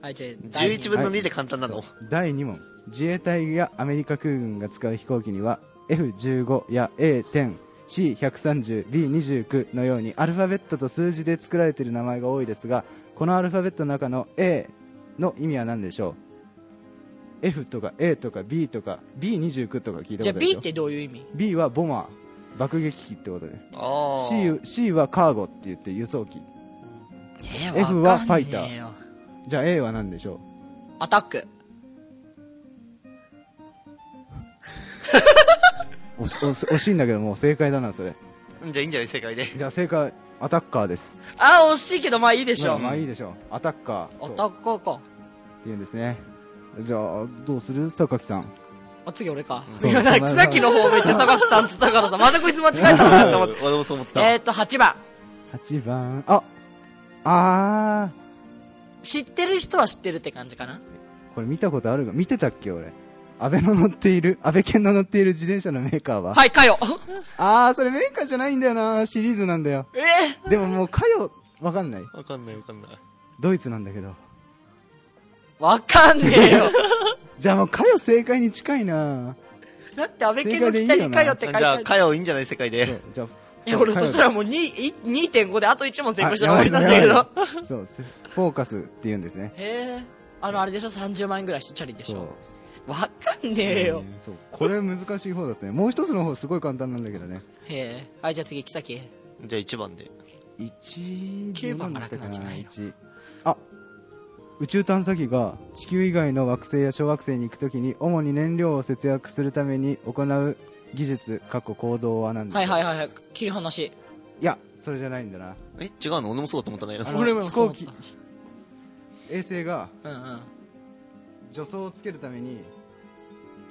Speaker 1: はい、じゃあ、第二
Speaker 3: 11分の2で簡単なの、
Speaker 2: 第2問自衛隊やアメリカ空軍が使う飛行機には F15 や A10 C130B29 のようにアルファベットと数字で作られている名前が多いですがこのアルファベットの中の A の意味は何でしょう F とか A とか B とか B29 とか聞いたこと
Speaker 1: じゃあ
Speaker 2: あるでし
Speaker 1: B
Speaker 2: ょ
Speaker 1: ってどういう意味
Speaker 2: B はボマー爆撃機ってことで
Speaker 3: ああ
Speaker 2: C, C はカーゴって言って輸送機
Speaker 1: え
Speaker 2: F はファイタ
Speaker 1: わ
Speaker 2: ー
Speaker 1: かんねえよ
Speaker 2: じゃあ A は何でしょう
Speaker 1: アタック。
Speaker 2: 惜し惜し惜しいんだけどもう正解だなそれ
Speaker 3: じゃあいいんじゃない正解で
Speaker 2: じゃあ正解アタッカーです
Speaker 1: あ、惜しいけど、まあいいでしょ
Speaker 2: まあ。まあいいでしょうアタッカー
Speaker 1: ア
Speaker 2: そう
Speaker 1: タッカーか。
Speaker 2: っていうんですねじゃあどうする榊さん
Speaker 1: あ、次俺か。
Speaker 2: そう
Speaker 1: いや、 なんかさっきの方めっちゃ榊さんっつったからさ、またこいつ間違えたのかと思っ
Speaker 3: 俺もそう思って
Speaker 1: て。
Speaker 3: た、
Speaker 1: えーっと、8番。
Speaker 2: 8番ああ
Speaker 1: 知ってる人は知ってるって感じかな。
Speaker 2: ーこれ見たことあるが見てたっけ俺安倍の乗っている安倍健の乗っている自転車のメーカーは、
Speaker 1: はい、かよ。
Speaker 2: ああそれメーカーじゃないんだよなシリーズなんだよ
Speaker 1: え
Speaker 2: でももうかよわかんない
Speaker 3: わかんないわかんない
Speaker 2: ドイツなんだけど
Speaker 1: ーわかんねえ よ。
Speaker 2: じゃあもうかよ正解に近いな
Speaker 1: だって安倍健の北にかよって書いて
Speaker 3: じゃ
Speaker 1: あ
Speaker 3: あ
Speaker 1: る。
Speaker 3: かよいいんじゃない世界
Speaker 2: そ
Speaker 3: で
Speaker 2: うじゃあ
Speaker 1: いや、俺そしたらもう2い2.5であと1問成功したら終わりなんだけど。
Speaker 2: どそうすフォーカスって言うんですね
Speaker 1: へえ。あの、あれでしょ ?30 万円ぐらいしチャリでし
Speaker 2: そう
Speaker 1: ょわかんねえよ。
Speaker 2: そうこれ難しい方だったねもう一つの方すごい簡単なんだけどね
Speaker 1: へえ。はい、じゃあ次、木崎。
Speaker 3: じゃあ1番で
Speaker 2: 1
Speaker 1: 九番が楽なんじゃないの
Speaker 2: 1あ宇宙探査機が地球以外の惑星や小惑星に行くときに主に燃料を節約するために行う技術過去行動は何ですか
Speaker 1: はいはい
Speaker 2: い
Speaker 1: はいはい。切り離し。
Speaker 2: いやそれじゃないんだな
Speaker 3: え違うの俺もそうだと思ったんだけ
Speaker 2: あ
Speaker 3: ど
Speaker 2: の
Speaker 1: 俺も
Speaker 2: 飛
Speaker 1: そう
Speaker 2: 行
Speaker 1: 思っ
Speaker 2: 機
Speaker 1: た
Speaker 2: 衛星が
Speaker 1: うんうん。
Speaker 2: 助走をつけるために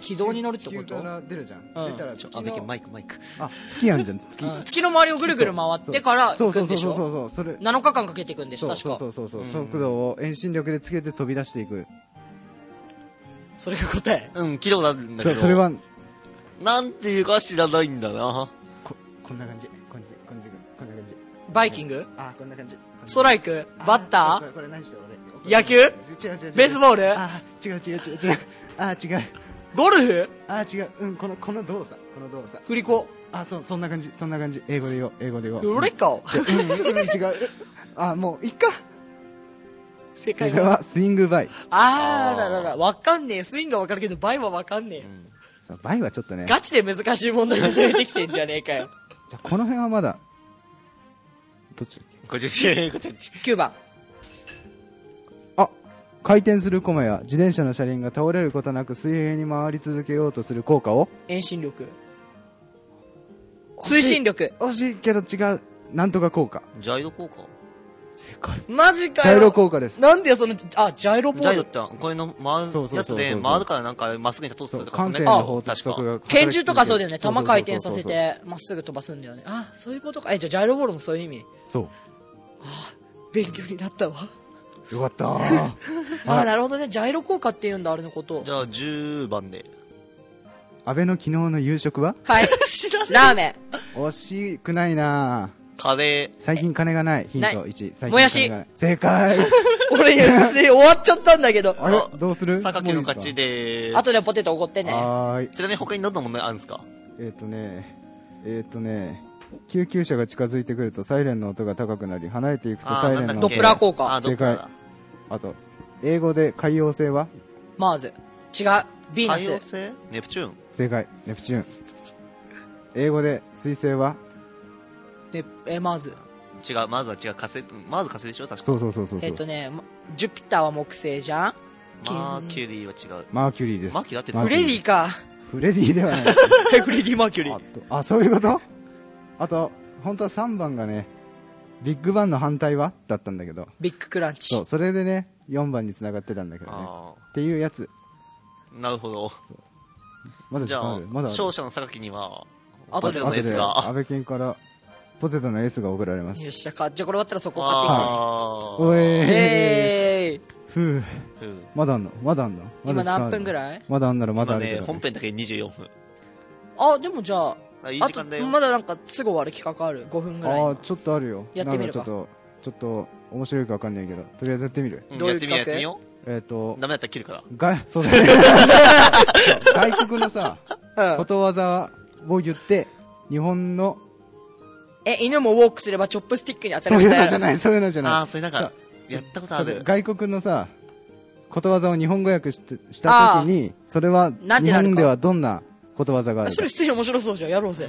Speaker 1: 軌道に乗るってこ
Speaker 2: 地球
Speaker 1: と
Speaker 2: から出るじゃん、
Speaker 1: うん
Speaker 2: 出たら
Speaker 3: ちょ
Speaker 2: 月
Speaker 3: あべけん
Speaker 2: の
Speaker 3: マイクマイク
Speaker 2: あ月やんじゃん月
Speaker 1: うん月の周りをぐるぐる回ってから
Speaker 2: そ
Speaker 1: 行くん
Speaker 2: うそうそ
Speaker 1: で
Speaker 2: う
Speaker 1: し
Speaker 2: そうそ
Speaker 1: ょ
Speaker 2: うそうそれ
Speaker 1: ?7 日間かけていくんでしょ
Speaker 2: そう
Speaker 1: 確
Speaker 2: そう
Speaker 1: か
Speaker 2: そ。うそうそう、
Speaker 3: うん
Speaker 2: 速度を遠心力でつけて飛び出していく
Speaker 1: それが答え。
Speaker 3: うん聞いたことあるんだけ
Speaker 2: そ
Speaker 3: ど
Speaker 2: それは
Speaker 3: なんていうか知らないんだな
Speaker 2: ここんな感じこんな感じこんな感じこんな感じ
Speaker 1: バイキング
Speaker 2: あーこんな感じ
Speaker 1: ストライクバッタ
Speaker 2: これ
Speaker 1: ー
Speaker 2: これ何して俺
Speaker 1: 野球
Speaker 2: 違う違う違う
Speaker 1: ベースボール
Speaker 2: あー違う違う違う違うあー違う
Speaker 1: ゴルフ
Speaker 2: あー違ううんこのこの動作この動作
Speaker 1: 振り子
Speaker 2: あーそうそんな感じそんな感じ英語で言おう英語で言おう
Speaker 1: ロレカ
Speaker 2: うんうんうん違うあーもういっか
Speaker 1: 正
Speaker 2: 正
Speaker 1: 解
Speaker 2: 解
Speaker 1: は
Speaker 2: はスイングバイ
Speaker 1: あーららら、わかんねえ。スイングはわかるけど、バイはわかんねえよ。
Speaker 2: そうバイはちょっとね
Speaker 1: ガチで難しい問題が連れてきてんじゃねえか よ。
Speaker 2: じゃあこの辺はまだどっちだっけ
Speaker 3: こっちこっち
Speaker 1: 9番。
Speaker 2: あ回転する駒や自転車の車輪が倒れることなく水平に回り続けようとする効果を
Speaker 1: 遠心力。推進力。
Speaker 2: 惜しいけど違うなんとか効果
Speaker 3: ジャイロ効果
Speaker 2: 正解
Speaker 1: マジか
Speaker 2: ジ
Speaker 1: よ。
Speaker 2: ャイロ効果です
Speaker 1: なんでよその、あ、ジャイロボ
Speaker 3: ジャイロ
Speaker 1: ー
Speaker 3: っ
Speaker 1: ル。
Speaker 3: てこれの回
Speaker 2: そうそうそうそう
Speaker 3: るやつで回るからなんかまっすぐに立とうとす
Speaker 2: そう
Speaker 3: るとかそ
Speaker 2: 感
Speaker 3: んな
Speaker 2: 性
Speaker 3: やつ
Speaker 2: の法
Speaker 3: 確
Speaker 2: 則
Speaker 3: か
Speaker 2: が
Speaker 1: 拳銃とかそうだよね。
Speaker 2: そうそうそ
Speaker 1: 弾
Speaker 2: う
Speaker 1: 回転させて、まっすぐ飛ばすんだよね。あ、そういうことか。え、じゃあジャイロボールもそういう意味。
Speaker 2: そう
Speaker 1: 勉強になったわ。
Speaker 2: よかったー
Speaker 1: ああ
Speaker 2: はい
Speaker 1: なるほどねジャイロ効果っていうんだあれのことを
Speaker 3: じゃあ10番で
Speaker 2: 安倍の昨日の夕食は
Speaker 1: はい
Speaker 3: 知ら
Speaker 1: ラーメ
Speaker 2: 惜しくないなー
Speaker 3: カレ
Speaker 2: 最近金がないヒント
Speaker 1: ない
Speaker 2: 1最近
Speaker 1: もやし
Speaker 2: 金がない正 解
Speaker 1: ン俺終わっちゃったんだけど
Speaker 2: あれ
Speaker 3: あ
Speaker 2: どうす
Speaker 3: ー
Speaker 2: る
Speaker 3: 榊の勝
Speaker 2: もうい
Speaker 3: ち
Speaker 2: い
Speaker 3: でーす
Speaker 1: 後でポテトおごって
Speaker 2: すか
Speaker 1: ね
Speaker 2: はーい
Speaker 3: ちなみに他にどんな問題あるんですか
Speaker 2: えっ、とねえっ、とね救急車が近づいてくるとサイレンの音が高くなり離れていくと
Speaker 3: あ
Speaker 2: サイレンの
Speaker 3: なんだっ
Speaker 2: 音
Speaker 1: ド
Speaker 3: け
Speaker 1: ップラー効果
Speaker 3: あドップラーだ
Speaker 2: あと英語で海洋星は
Speaker 1: マーズ違うビ
Speaker 3: 海
Speaker 1: ー
Speaker 3: 王
Speaker 1: ナス
Speaker 3: 星ネプチューン
Speaker 2: 正解ネプチューン英語で水星は
Speaker 1: でえマーズ
Speaker 3: 違うまずは違う火星まず火星でしょ確か
Speaker 2: そうそうそうそうそう、
Speaker 1: えっとねまジュピターは木星じゃん金
Speaker 3: マーキュリーは違う
Speaker 2: マーキュリーです
Speaker 3: マーキュリーだって
Speaker 1: フレデ
Speaker 2: ー
Speaker 1: ィか
Speaker 2: フレディではない
Speaker 1: フレディ・マーキュリ
Speaker 2: あ
Speaker 1: ー
Speaker 2: とあそういうことあと本当は3番がねビッグバンの反対はだったんだけど
Speaker 1: ビッグクランチ
Speaker 2: そうそれでね4番に繋がってたんだけどね
Speaker 3: あ
Speaker 2: っていうやつ
Speaker 3: ーなるほど
Speaker 2: まだ時
Speaker 3: じゃ
Speaker 2: 間
Speaker 3: あ
Speaker 2: あるまだある
Speaker 3: 勝者の榊には
Speaker 1: 後
Speaker 3: ポ
Speaker 1: で
Speaker 3: テ
Speaker 1: 者
Speaker 3: トの
Speaker 2: 後
Speaker 3: S
Speaker 2: で
Speaker 3: が
Speaker 2: 安倍健からポテトのエースが送られます
Speaker 1: よっしゃかじゃあこれ終わったらそこ買ってきてね
Speaker 3: あ
Speaker 2: お えー、
Speaker 1: えー
Speaker 2: ふう
Speaker 3: うん
Speaker 2: まだあんのまだあんのまだ時間あ
Speaker 1: 今
Speaker 2: る
Speaker 1: 何分ぐらい
Speaker 2: まだあんならまだあ
Speaker 3: 今
Speaker 2: るけ
Speaker 3: ね
Speaker 2: ど、
Speaker 3: 本編だけで24分
Speaker 1: あでもじゃあ
Speaker 3: あいい
Speaker 1: あ
Speaker 3: 時
Speaker 1: と
Speaker 3: 間だよ
Speaker 1: まだなんか都合終わる企画ある5分ぐらい
Speaker 2: あ
Speaker 1: の
Speaker 2: あちょっとあるよ
Speaker 1: やってみるか
Speaker 2: なんちょっとちょっと面白いか分かんないけどとりあえずやってみる
Speaker 3: うん
Speaker 1: どうい
Speaker 3: や
Speaker 1: う
Speaker 3: ってみようやってみよ
Speaker 2: えっ、
Speaker 3: う
Speaker 2: と
Speaker 3: ダメだったら切るから
Speaker 2: 外そうだねそう外国のさ
Speaker 1: うん
Speaker 2: ことわざを言って日本の
Speaker 1: え犬もウォークすればチョップスティックに当た
Speaker 2: そ
Speaker 1: る
Speaker 2: う
Speaker 1: み
Speaker 2: いう
Speaker 1: たい
Speaker 2: の
Speaker 1: な
Speaker 2: じゃないそういうのじゃない
Speaker 3: ああーそれなんかやったことあ
Speaker 2: そう
Speaker 3: る
Speaker 2: 外国のさことわざを日本語訳してした時にそれは
Speaker 1: なんて
Speaker 2: 日
Speaker 1: なるか
Speaker 2: 本ではどんなことわざがある
Speaker 1: そ
Speaker 2: か
Speaker 1: れ普通に面白そうじゃんやろうぜ、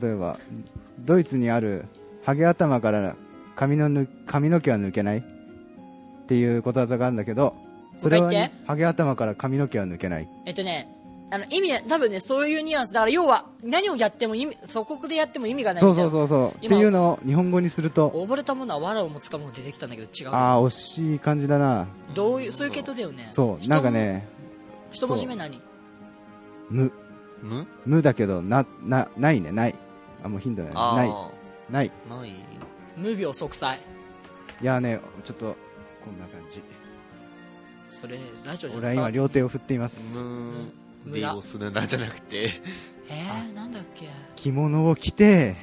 Speaker 2: 例えばドイツにあるハゲ頭から髪のぬ髪の毛は抜けないっていうことわざがあるんだけどそれ
Speaker 1: も
Speaker 2: は
Speaker 1: う一回言って
Speaker 2: ハゲ頭から髪の毛は抜けない
Speaker 1: えっとねあの意味多分ねそういうニュアンスだから要は何をやっても意味祖国でやっても意味がない
Speaker 2: そう
Speaker 1: みたい
Speaker 2: そ
Speaker 1: な
Speaker 2: うそうそうって
Speaker 1: 今
Speaker 2: いうのを日本語にすると
Speaker 1: 溺れたものは藁をもつかもの出てきたんだけど違う
Speaker 2: ああ惜しい感じだな
Speaker 1: どういうそういう系統だよね
Speaker 2: そうなんかね
Speaker 1: 一文字目何
Speaker 2: 無
Speaker 3: む
Speaker 2: 無だけどななないねないあもう頻度ない
Speaker 3: あ
Speaker 2: ない
Speaker 3: あ
Speaker 2: ないい
Speaker 3: ない
Speaker 1: 無病息災
Speaker 2: やーねちょっとこんな感じ
Speaker 1: それラジオじゃ
Speaker 2: 俺は
Speaker 1: 伝わ
Speaker 2: 今
Speaker 1: ん
Speaker 2: 両手を振っています
Speaker 3: む
Speaker 1: 無
Speaker 3: で
Speaker 1: 駄
Speaker 3: をするなじゃなくて
Speaker 1: えー、なんだっけ
Speaker 2: 着物を着て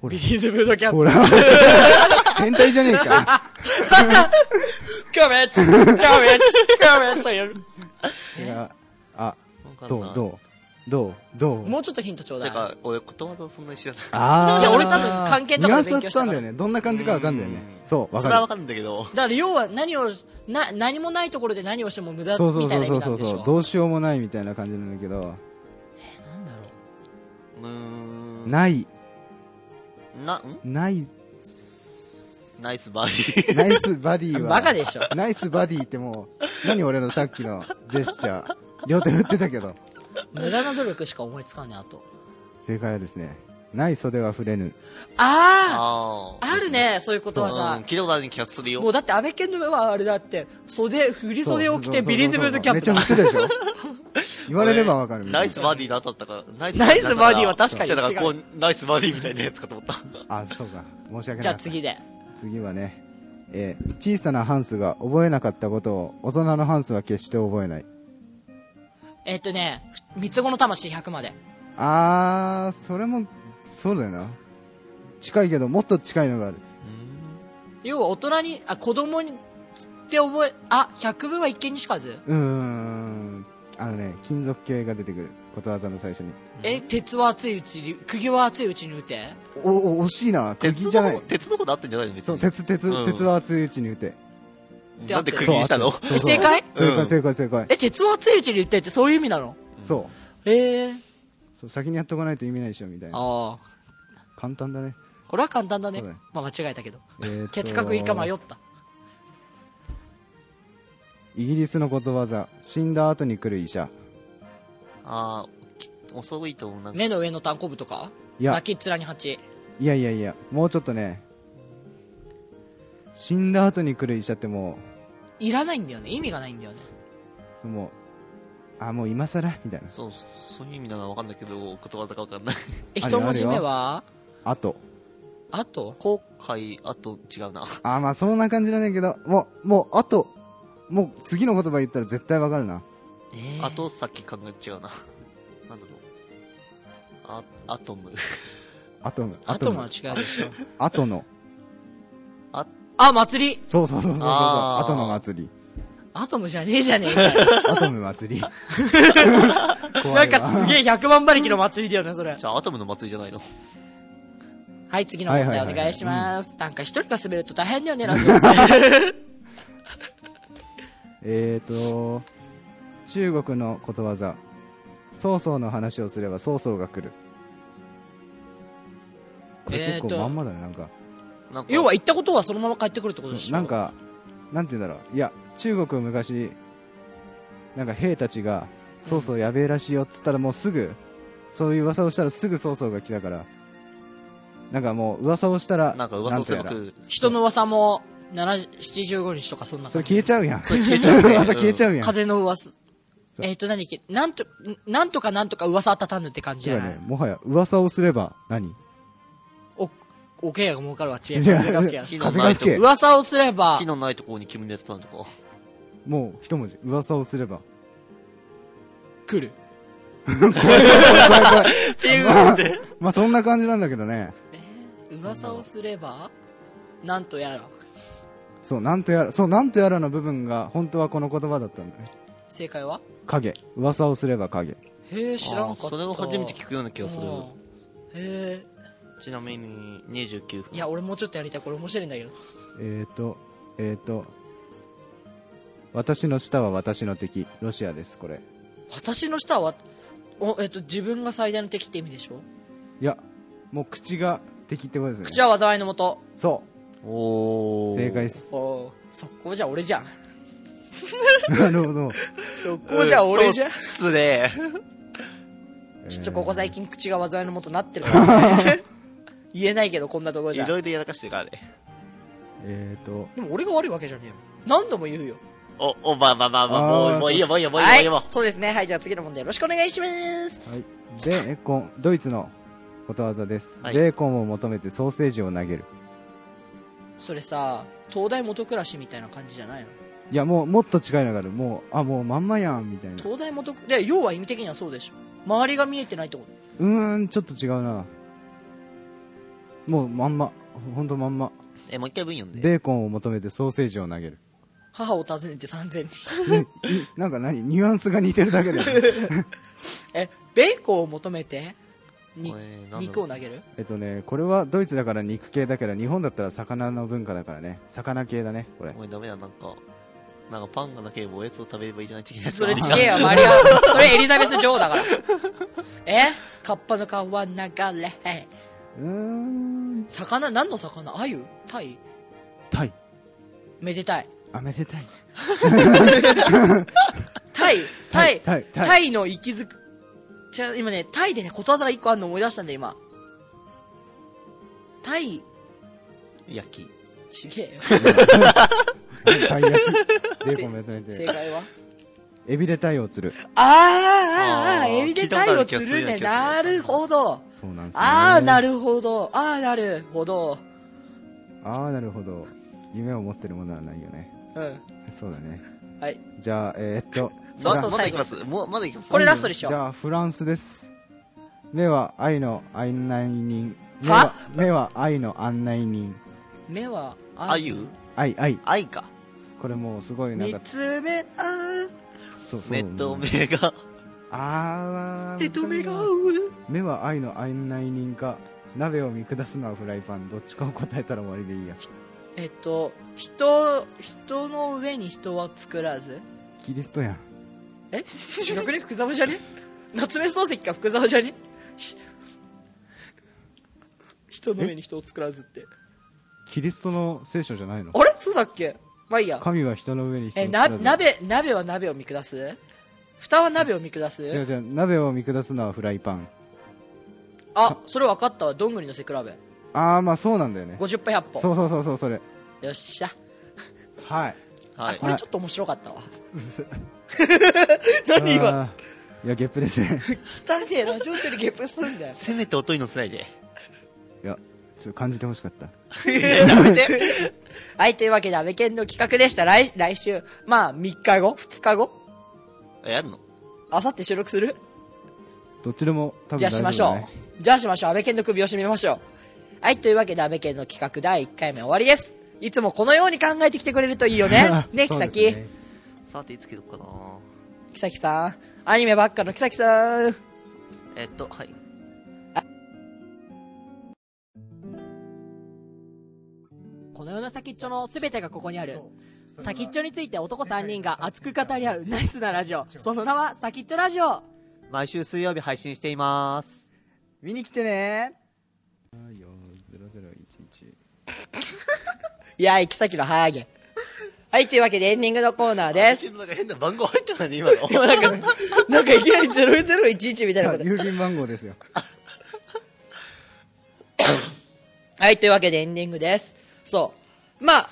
Speaker 2: ほら
Speaker 1: ビリーズブードキャン
Speaker 2: ほ
Speaker 1: プ
Speaker 2: ら変態じゃねえか
Speaker 1: カメッチカメッチカメッチやる
Speaker 2: いやあ
Speaker 3: わかん
Speaker 2: ど
Speaker 3: な
Speaker 2: う
Speaker 3: い
Speaker 2: どうどうどう
Speaker 1: もうちょっとヒントちょうだ
Speaker 3: て
Speaker 1: い
Speaker 3: か俺ことわざをそんなに知らない
Speaker 2: あ
Speaker 1: い
Speaker 2: ー
Speaker 1: や俺多分関係とかで勉強したから
Speaker 2: ニュアンスは伝わんだよねどんな感じかわかんだよね
Speaker 3: うん
Speaker 2: そうわ
Speaker 3: それは
Speaker 2: かる
Speaker 3: わかるんだけど
Speaker 1: だから要は何をな何もないところで何をしても無駄
Speaker 2: そうそ
Speaker 1: み
Speaker 2: う
Speaker 1: たい
Speaker 2: そ
Speaker 1: な
Speaker 2: う
Speaker 1: 意
Speaker 2: そ
Speaker 1: 味なん
Speaker 2: うそう
Speaker 1: でしょ
Speaker 2: どうしようもないみたいな感じなんだけど
Speaker 1: なんだろ
Speaker 3: むーん
Speaker 2: ない
Speaker 3: なうん
Speaker 2: ない
Speaker 3: ナイスバ ーディ
Speaker 2: ナイスバディ
Speaker 1: う
Speaker 2: は
Speaker 1: バカでしょ
Speaker 2: ナイスバディってもう何俺のさっきのジェスチャー両手振ってたけど
Speaker 1: 無駄な努力しか思いつかんねあと
Speaker 2: 正解はですねない袖は触れぬ
Speaker 1: あ
Speaker 3: あ
Speaker 1: ああるねそういうことわ
Speaker 3: あ
Speaker 1: ざ
Speaker 3: 聞いたことある気がする
Speaker 1: もう
Speaker 3: よ
Speaker 1: だって安倍健のはあれだって袖振り袖を着て
Speaker 2: そうそうそうそう
Speaker 1: ビリーズブートキャンプだ
Speaker 2: めっちゃ振ってたで しょ言われればわかるみた
Speaker 3: ナ
Speaker 2: い
Speaker 3: イス
Speaker 2: な
Speaker 3: バーディーだったからナイ
Speaker 1: ナイスバーディーは確かに
Speaker 3: じゃあだからこ
Speaker 1: 違
Speaker 3: うナイスバーディーみたいなやつかと思った
Speaker 2: あそうか申し訳ない
Speaker 1: じゃあ次で
Speaker 2: 次はね、えー小さなハンスが覚えなかったことを大人のハンスは決して覚えない
Speaker 1: えっとね三つ子の魂100まで
Speaker 2: あーそれもそうだよな近いけどもっと近いのがある
Speaker 1: 要は大人にあ子供にって覚えあ百分は一見にしかず
Speaker 2: うーんあのね金属系が出てくることわざの最初に
Speaker 1: え鉄は熱いうちに釘は熱いうちに打て
Speaker 2: おお惜しいな釘
Speaker 3: 鉄
Speaker 2: じゃな
Speaker 3: の
Speaker 2: い
Speaker 3: 子鉄のことあったんじゃないの別に
Speaker 2: そう鉄鉄、
Speaker 3: うん
Speaker 2: 鉄は熱いうちに打て
Speaker 3: なんで釘にしたの
Speaker 2: そう
Speaker 1: え正解
Speaker 2: 正
Speaker 3: う
Speaker 2: 解
Speaker 3: ん
Speaker 2: 正解正解、
Speaker 1: え鉄は熱いうちに打てってそういう意味なの
Speaker 2: そう
Speaker 1: ええ
Speaker 2: そう先にやっとかないと意味ないでしょみたいな
Speaker 1: ああ
Speaker 2: 簡単だね
Speaker 1: これは簡単だね
Speaker 2: そうだね
Speaker 1: まあ間違えたけど
Speaker 2: えーと
Speaker 1: ケツか食いか迷った
Speaker 2: イギリスのことわざ死んだ後に来る医者
Speaker 3: ああ遅いとなんか
Speaker 1: 目の上の単行部とか
Speaker 2: いや
Speaker 1: 泣きっ面に蜂
Speaker 2: いやいやいやもうちょっとね死んだ後に来る医者っても
Speaker 1: いらないんだよね意味がないんだよね
Speaker 2: うもうあもう今更みたいな
Speaker 3: そうそういう意味なのはわかんないけどことわざかわかんない
Speaker 1: え
Speaker 2: ある
Speaker 1: 一文字目は
Speaker 2: あと
Speaker 1: あと
Speaker 3: 後悔、あと違うな。
Speaker 2: あーまあそんな感じなんだけどもうもうあともう次の言葉言ったら絶対わかるな
Speaker 1: えー、
Speaker 3: 後先考え違うな。なんだろう。あ、アトム。
Speaker 2: あとの
Speaker 1: あとも違うでしょ
Speaker 2: あとの
Speaker 3: あ、
Speaker 1: あ祭り
Speaker 2: そうそうそうそうそう
Speaker 3: あ
Speaker 2: あ
Speaker 3: ー
Speaker 2: との祭 り
Speaker 1: アトムじゃねえじゃねえかよ
Speaker 2: アトム祭 り怖
Speaker 1: なん
Speaker 2: いわ
Speaker 1: かすげえ100万馬力の祭りだよねそれ
Speaker 3: じゃあアトムの祭りじゃないの。
Speaker 1: はい次の問題お
Speaker 2: はいはいはい
Speaker 1: 願いします、なんか一人が滑ると大変だ よねラジオ
Speaker 2: えーと中国のことわざ曹操の話をすれば曹操が来るこれ
Speaker 1: えー
Speaker 2: 結
Speaker 1: と
Speaker 2: 構まんまだねなんか
Speaker 3: なんか
Speaker 1: 要は行ったことはそのまま帰ってくるってことで
Speaker 2: そ
Speaker 1: しょ
Speaker 2: うなんかなんて言うんだろういや中国は昔なんか兵たちが曹操やべえらしいよっつったらもうすぐそういう噂をしたらすぐ曹操が来たからなんかもう噂をしたら
Speaker 3: なんか噂をすれば
Speaker 2: なんて
Speaker 3: 来る。
Speaker 1: 人の噂も7 75日とかそんな
Speaker 2: 言う
Speaker 1: 感
Speaker 2: んだろうそ
Speaker 1: じ
Speaker 2: れ消えちゃうやん
Speaker 3: それ消えちゃうね
Speaker 2: 噂消えちゃうやん
Speaker 1: 風の噂
Speaker 2: そう
Speaker 1: えっ、と何っけなんとなんとかなんとか噂あたたぬって感じじゃ
Speaker 2: 違う
Speaker 1: ない、
Speaker 2: ねもはや噂をすれば何
Speaker 1: おおけやが儲かるわ違う
Speaker 2: 違う
Speaker 1: 風が吹けや
Speaker 3: 火の
Speaker 2: 風
Speaker 3: な
Speaker 2: が
Speaker 3: いと
Speaker 2: 吹け
Speaker 3: こ。
Speaker 1: 噂をすれば
Speaker 3: 火のないところに煙のやつたんとか。
Speaker 2: もう一文字噂をすれば
Speaker 1: 来る
Speaker 3: っていうので。
Speaker 2: まあそんな感じなんだけどね
Speaker 1: 噂をすればなんとやら
Speaker 2: そうなんとやらそうなんとやらの部分が本当はこの言葉だったんだね
Speaker 1: 正解は
Speaker 2: 影噂をすれば影
Speaker 1: へえ知らんかった
Speaker 3: それを初めて聞くような気がする。
Speaker 1: うんへ
Speaker 3: ちなみに29
Speaker 1: え
Speaker 3: 分。
Speaker 1: いや俺もうちょっとやりたいこれ面白いんだけど
Speaker 2: えーとえーと私の舌は私の敵ロシアですこれ
Speaker 1: 私の舌はお、えっと自分が最大の敵って意味でしょ
Speaker 2: いやもう口が敵ってことですね
Speaker 1: 口は災いのもと
Speaker 2: そ
Speaker 3: お
Speaker 2: う
Speaker 3: ー。
Speaker 2: 正解で。す
Speaker 1: おお速攻じゃ俺じゃん
Speaker 2: なるほど、
Speaker 1: 速攻じゃ俺じゃん
Speaker 3: うんそうっすね。
Speaker 1: ちょっとここ最近口が災いのもとなってるから、ね、 言えないけどこんなところ
Speaker 3: い
Speaker 1: じゃ
Speaker 3: ろいろやらかしてるからね。
Speaker 2: えーと
Speaker 1: でも俺が悪いわけじゃねえよ何度も言うよ
Speaker 3: お、お、まあまあまあまあ、
Speaker 2: あー
Speaker 3: もう、もういいよ、もういいよ、もういいよ、もういいよ。もう
Speaker 1: はい、そうですねはいじゃあ次の問題よろしくお願いします
Speaker 2: はいベーコンドイツのことわざです、
Speaker 3: はい
Speaker 2: ベーコンを求めてソーセージを投げる
Speaker 1: それさ東大元暮らしみたいな感じじゃないの
Speaker 2: いやもうもっと近いのがあるもうあもうまんまやんみたいな
Speaker 1: 東大元で要は意味的にはそうでしょ周りが見えてないってこと
Speaker 2: うーんちょっと違うなもうまんまほんとまんま
Speaker 3: え、もう一回分読んで。
Speaker 2: ベーコンを求めてソーセージを投げる
Speaker 1: 母を訪ねて3000人
Speaker 2: ねいなんか何ニュアンスが似てるだけ で
Speaker 1: えベーコンを求めてに
Speaker 3: これなんだろう
Speaker 1: 肉を投げ る
Speaker 2: えっとねこれはドイツだから肉系だけど日本だったら魚の文化だからね魚系だねこれ
Speaker 3: もうダメだ、なんか、なんかパンがなければおやつを食べればいいじゃない的なやつ。
Speaker 1: それち
Speaker 3: 違
Speaker 1: げえよマリアそれエリザベス女王だからえ カッパの川流れ
Speaker 2: うーん
Speaker 1: 魚何の魚アユタイ
Speaker 2: タイ
Speaker 1: めでたい
Speaker 2: あめでたい
Speaker 1: タイタイ
Speaker 2: タイタイ
Speaker 1: タイの息づく違う今ねタイでねことわざが1個あるの思い出したんだよ今タイ
Speaker 3: う。焼き。
Speaker 1: ちげえよ
Speaker 2: タイ焼き ベーコンめでたい
Speaker 1: 正
Speaker 2: で
Speaker 1: 解は
Speaker 2: エビでタイを釣る
Speaker 1: あーあーあ
Speaker 3: あ
Speaker 1: ー
Speaker 3: ー
Speaker 1: エビでタイを釣る
Speaker 3: 聞
Speaker 1: ね
Speaker 3: いたこと
Speaker 1: な
Speaker 3: ある気がする
Speaker 1: るほど
Speaker 2: そうなんですね
Speaker 1: ああなるほどああなるほど
Speaker 2: ああなるほど夢を持ってるものはないよね
Speaker 1: うん
Speaker 2: そうだね
Speaker 1: はい
Speaker 2: じゃあえーっと
Speaker 3: そう
Speaker 2: じゃ
Speaker 1: そ
Speaker 2: あ
Speaker 1: う
Speaker 3: まだいきます。もう、まだいきます。
Speaker 1: これラストでしょ
Speaker 2: じゃあフランスです目は愛の案内人目
Speaker 1: は
Speaker 2: は目は愛の案内人
Speaker 1: 目は
Speaker 3: あゆ
Speaker 2: 愛愛
Speaker 3: 愛か。
Speaker 2: これもうすごいなん
Speaker 1: 見
Speaker 2: か
Speaker 1: つめ合う
Speaker 2: そうそう
Speaker 3: 目と目が。
Speaker 2: あー
Speaker 1: 目と目が合う
Speaker 2: 目は愛の案内人か鍋を見下すのはフライパンどっちかを答えたら終わりでいいや
Speaker 1: えっと人人の上に人は作らず
Speaker 2: キリストやん
Speaker 1: え違くね福沢じゃね夏目漱石か福沢じゃねひ人の上に人を作らずって
Speaker 2: キリストの聖書じゃないの
Speaker 1: あれそうだっけまあいいや
Speaker 2: 神は人の上に人を
Speaker 1: え
Speaker 2: 作ら
Speaker 1: な
Speaker 2: ず
Speaker 1: 鍋鍋は鍋を見下す蓋は鍋を見下
Speaker 2: 違う
Speaker 1: す
Speaker 2: 違う鍋を見下すのはフライパン
Speaker 1: あそれ分かったわどんぐりの背比べ
Speaker 2: ああまあそうなんだよね
Speaker 1: 50杯100
Speaker 2: そ
Speaker 1: 本
Speaker 2: うそうそうそうそれ
Speaker 1: よっしゃ
Speaker 2: はい
Speaker 1: あ
Speaker 3: はい
Speaker 1: こ。れちょっと面白かったわ 何今
Speaker 2: あーいやゲッ プですね
Speaker 1: 汚ねえラジオ中にゲップすんだよ
Speaker 3: せめて音に乗せないで。
Speaker 2: いやちょっと感じてほしかった
Speaker 1: やめて。はい、というわけで、安倍健の企画でした。来、来週、まあ、3日後 ?2 日後
Speaker 3: えやるの
Speaker 1: あさって収録する
Speaker 2: どっちでも多分
Speaker 1: じゃあしましょ
Speaker 2: 大丈夫だね。
Speaker 1: う。じゃあしましょう。安倍健の首を絞めましょう。はい、というわけで安倍健の企画第1回目終わりです。いつもこのように考えてきてくれるといいよね ね、木
Speaker 2: そうです
Speaker 1: 崎、
Speaker 3: さていつけどっかな
Speaker 1: 木崎さん。アニメばっかの木崎さん。
Speaker 3: えっとはい
Speaker 1: この世の先っちょの全てがここにある。先っちょについて男3人が熱く語り合うナイスなラジオ。その名は先っちょラジオ。
Speaker 3: 毎週水曜日配信しています
Speaker 2: 見に来てね 4011
Speaker 1: いやー、行き先のハーゲン。はい、というわけでエンディングのコーナーです。
Speaker 3: なんか変な番号入ってないね今 の
Speaker 1: なんか、なんかいきなり0011みたいなこと。
Speaker 2: 郵便番号ですよ
Speaker 1: はい、というわけでエンディングです。そう。まあ、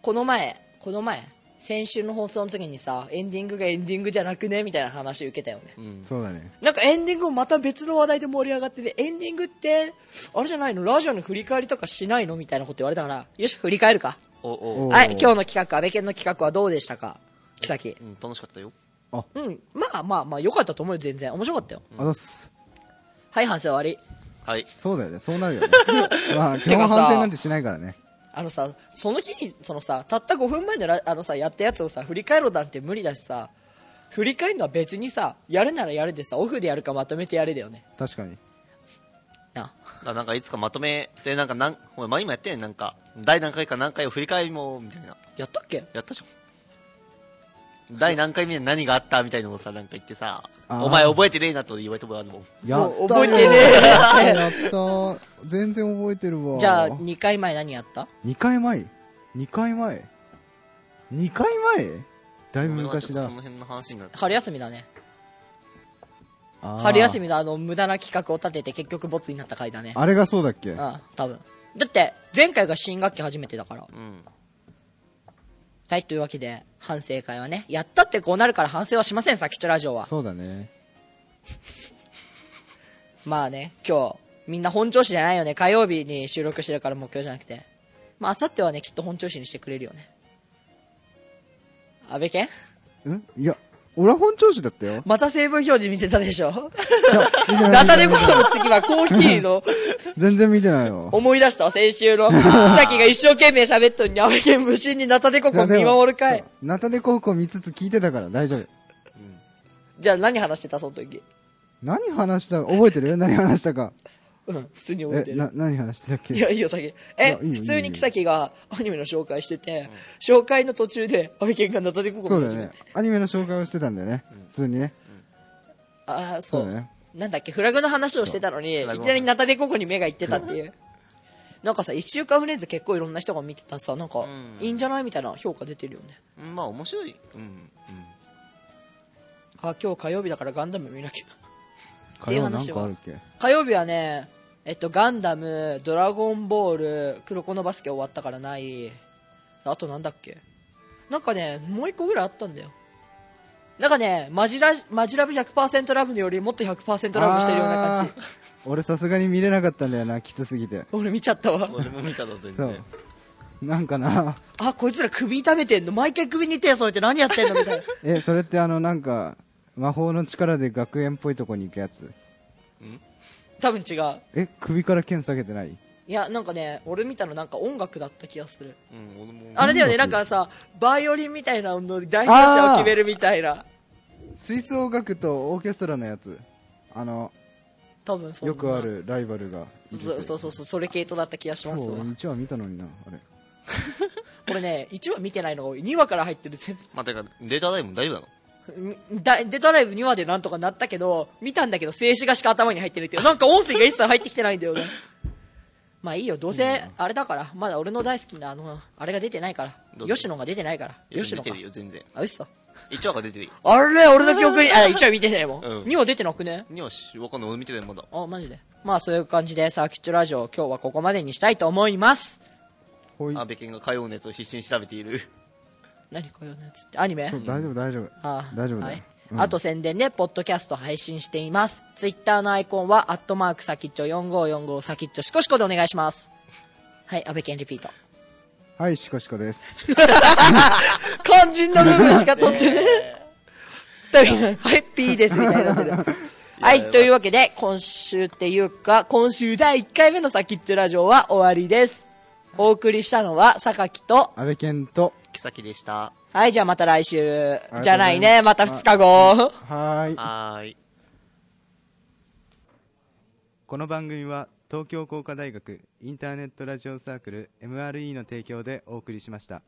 Speaker 1: この前、この前、先週の放送の時にさ、エンディングがエンディングじゃなくねみたいな話受けたよね。
Speaker 3: うん
Speaker 2: そうだね
Speaker 1: なんかエンディングもまた別の話題で盛り上がってて、エンディングって、あれじゃないのラジオの振り返りとかしないのみたいなこと言われたから、よし、振り返るか。
Speaker 3: おお
Speaker 2: おー
Speaker 1: はい、今日の企画、安倍健の企画はどうでしたか木崎
Speaker 3: う。ん楽しかったよ
Speaker 1: うん、まあまあまあ、良かったと思うよ、全然。面白かったよ。
Speaker 2: あざっす
Speaker 1: はい、反省終わり。
Speaker 3: はい
Speaker 2: そうだよねそうなる よねまあ基
Speaker 1: てかさ
Speaker 2: 本反省なんてしないからね
Speaker 1: あのさ、その日に、そのさ、たった5分前のラあのさ、やったやつをさ、振り返ろうなんて無理だしさ、振り返るのは別にさ、やるならやるでさ、オフでやるかまとめてやれだよね。
Speaker 2: 確かに
Speaker 1: な
Speaker 3: あなんかいつかまとめてなんかなんお前前今やってんなんか第何回か何回を振り返りもみたいな
Speaker 1: やったっけ
Speaker 3: やったじゃん第何回目で何があったみたいのをさなんか言ってさ
Speaker 2: あー
Speaker 3: お前覚えてねえなと言われてもらうのもん
Speaker 2: やった
Speaker 1: もう
Speaker 2: よ
Speaker 1: 覚えてね
Speaker 2: やった全然覚えてるわ
Speaker 1: じゃあ、2回前何やった
Speaker 2: 2回前2回前2回前だいぶ昔だ
Speaker 3: その辺の話になって
Speaker 1: 春休みだね。
Speaker 2: 春
Speaker 1: 春休
Speaker 2: み
Speaker 1: みのあの、無駄な企画を立てて結局ボツになった回だね。
Speaker 2: あれがそうだっけ
Speaker 1: うん、多分。だって、前回が新学期初めてだから。
Speaker 3: うん
Speaker 1: はい、というわけで、反省会はね、やったってこうなるから反省はしません、さきちょラジオは。
Speaker 2: そうだね
Speaker 1: まあね、今日、みんな本調子じゃないよね。火曜日に収録してるから目標じゃなくて。まあ、明後日はね、きっと本調子にしてくれるよね。安倍健
Speaker 2: んいや俺は本調子だったよ
Speaker 1: また成分表示見てたでしょ
Speaker 2: いや見てな い
Speaker 1: ダタレコードの次はコーヒーの
Speaker 2: 全然見てないよ
Speaker 1: 思い出したわ先週の。さきが一生懸命喋っとるのに安倍健無心にナタデコ
Speaker 2: い
Speaker 1: コ
Speaker 2: や
Speaker 1: を
Speaker 2: で
Speaker 1: 見
Speaker 2: も
Speaker 1: 守るかい
Speaker 2: そ。うナタデ高校見つつ聞いてたから大丈夫
Speaker 1: じゃあ何話してたその時。
Speaker 2: 何話したか覚えてる何話したか
Speaker 1: うん、普通に覚えて
Speaker 2: え
Speaker 1: る
Speaker 2: な。何話してたっけ
Speaker 1: いや、いいよ、先。
Speaker 2: い
Speaker 1: え、
Speaker 2: やいいよ
Speaker 1: 普通にキサキがアニメの紹介してて、紹介の途中で、安倍健がナタデココ
Speaker 2: そう
Speaker 1: 見
Speaker 2: だ
Speaker 1: 始
Speaker 2: よ
Speaker 1: め
Speaker 2: ね
Speaker 1: て。
Speaker 2: アニメの紹介をしてたんだよね普通にね
Speaker 1: ああ、そう。
Speaker 2: そうだね
Speaker 1: なんだっけ、フラグの話をしてたのに、いき
Speaker 3: フ
Speaker 1: な
Speaker 3: ラグ
Speaker 1: りナタデココに目がいってたっていう。なんかさ、一週間フレンズ結構いろんな人が見てたさ、なんか
Speaker 3: ん、
Speaker 1: いいんじゃないみたいな評価出てるよね。
Speaker 3: うんまあ面白いうんうん
Speaker 1: あ、今日火曜日だからガンダム見なきゃ。って
Speaker 2: 火
Speaker 1: いう
Speaker 2: 曜なん
Speaker 1: 話は
Speaker 2: かあるっけ
Speaker 1: 火曜日はね、えっと、ガンダム、ドラゴンボール、黒子のバスケ終わったからない。あとなんだっけなんかね、もう一個ぐらいあったんだよ。なんかね、マジラ、マジラブ100%ラブのよりもっと100%ラブしてるような感じ
Speaker 2: あ。ー俺さすがに見れなかったんだよなきつすぎて
Speaker 1: 俺見ちゃったわ。
Speaker 3: 俺も見たの全
Speaker 2: そう
Speaker 3: 然
Speaker 2: なんかな
Speaker 1: あ、こいつら首痛めてんの毎回首に手添えて何やってんのみたい な。
Speaker 2: えそれってあのなんか魔法の力で学園っぽいとこに行くやつ
Speaker 1: 多分違う。
Speaker 2: え首から剣下げてない
Speaker 1: いや、なんかね、俺見たのなんか音楽だった気がする。
Speaker 3: うん俺も
Speaker 1: あれだよね、なんかさ、バイオリンみたいなの代表者を決めるみたいな。
Speaker 2: 吹奏楽とオーケストラのやつあの
Speaker 1: 多分そんな
Speaker 2: よくあるライバルがいる
Speaker 1: そうそうそうそうそれ系統だった気がし
Speaker 2: 今
Speaker 1: ます
Speaker 2: 日
Speaker 1: わ
Speaker 2: 1話見たのになあれ
Speaker 1: 俺ね1話見てないのが多い2話から入ってる全
Speaker 3: まあてかデータ代も大丈夫なの
Speaker 1: 部だデトライブ2話でなんとかなったけど見たんだけど静止画しか頭に入ってないっていうなんか音声が一切入ってきてないんだよねまあいいよどうせあれだからまだ俺の大好きなあのあれが出てないから
Speaker 3: どうぞ
Speaker 1: 吉野が出てないから
Speaker 3: いや
Speaker 1: 吉
Speaker 3: 出
Speaker 1: 野
Speaker 3: て
Speaker 1: か
Speaker 3: るよ全然
Speaker 1: あ嘘
Speaker 3: 1話が出てるよ
Speaker 1: あれ俺の記憶にあ1話見てないもん、
Speaker 3: うん
Speaker 1: 2話出てなくね
Speaker 3: にはしわかんない俺見てないまだ
Speaker 1: あマジでまあそういう感じでサーキットラジオ今日はここまでにしたいと思います
Speaker 2: ほい
Speaker 3: 安倍健が火曜熱を必死に調べている
Speaker 1: 何こういうのやつってアニメ
Speaker 2: そう大丈夫大丈夫
Speaker 1: ああ
Speaker 2: 大丈夫
Speaker 1: は
Speaker 2: だ
Speaker 1: い
Speaker 2: ようん
Speaker 1: あと宣伝で、ポッドキャスト配信しています。ツイッターのアイコンは、アットマーク先っちょ4545先っちょしこしこでお願いします。はい、安倍健リピート。
Speaker 2: はい、シコシコです。
Speaker 1: 肝心な部分しか取って ね。というはい、P ですみたいになっ てる。はい、というわけで、今週っていうか、今週第1回目の先っちょラジオは終わりです。お送りしたのは、榊と、
Speaker 2: 安倍健と、
Speaker 3: キサキでした。
Speaker 1: はい、じゃあまた来週
Speaker 2: とうございま。す
Speaker 1: じゃないね、また2日後。
Speaker 2: はーい。
Speaker 3: はーい。
Speaker 2: この番組は、東京工科大学インターネットラジオサークル MRE の提供でお送りしました。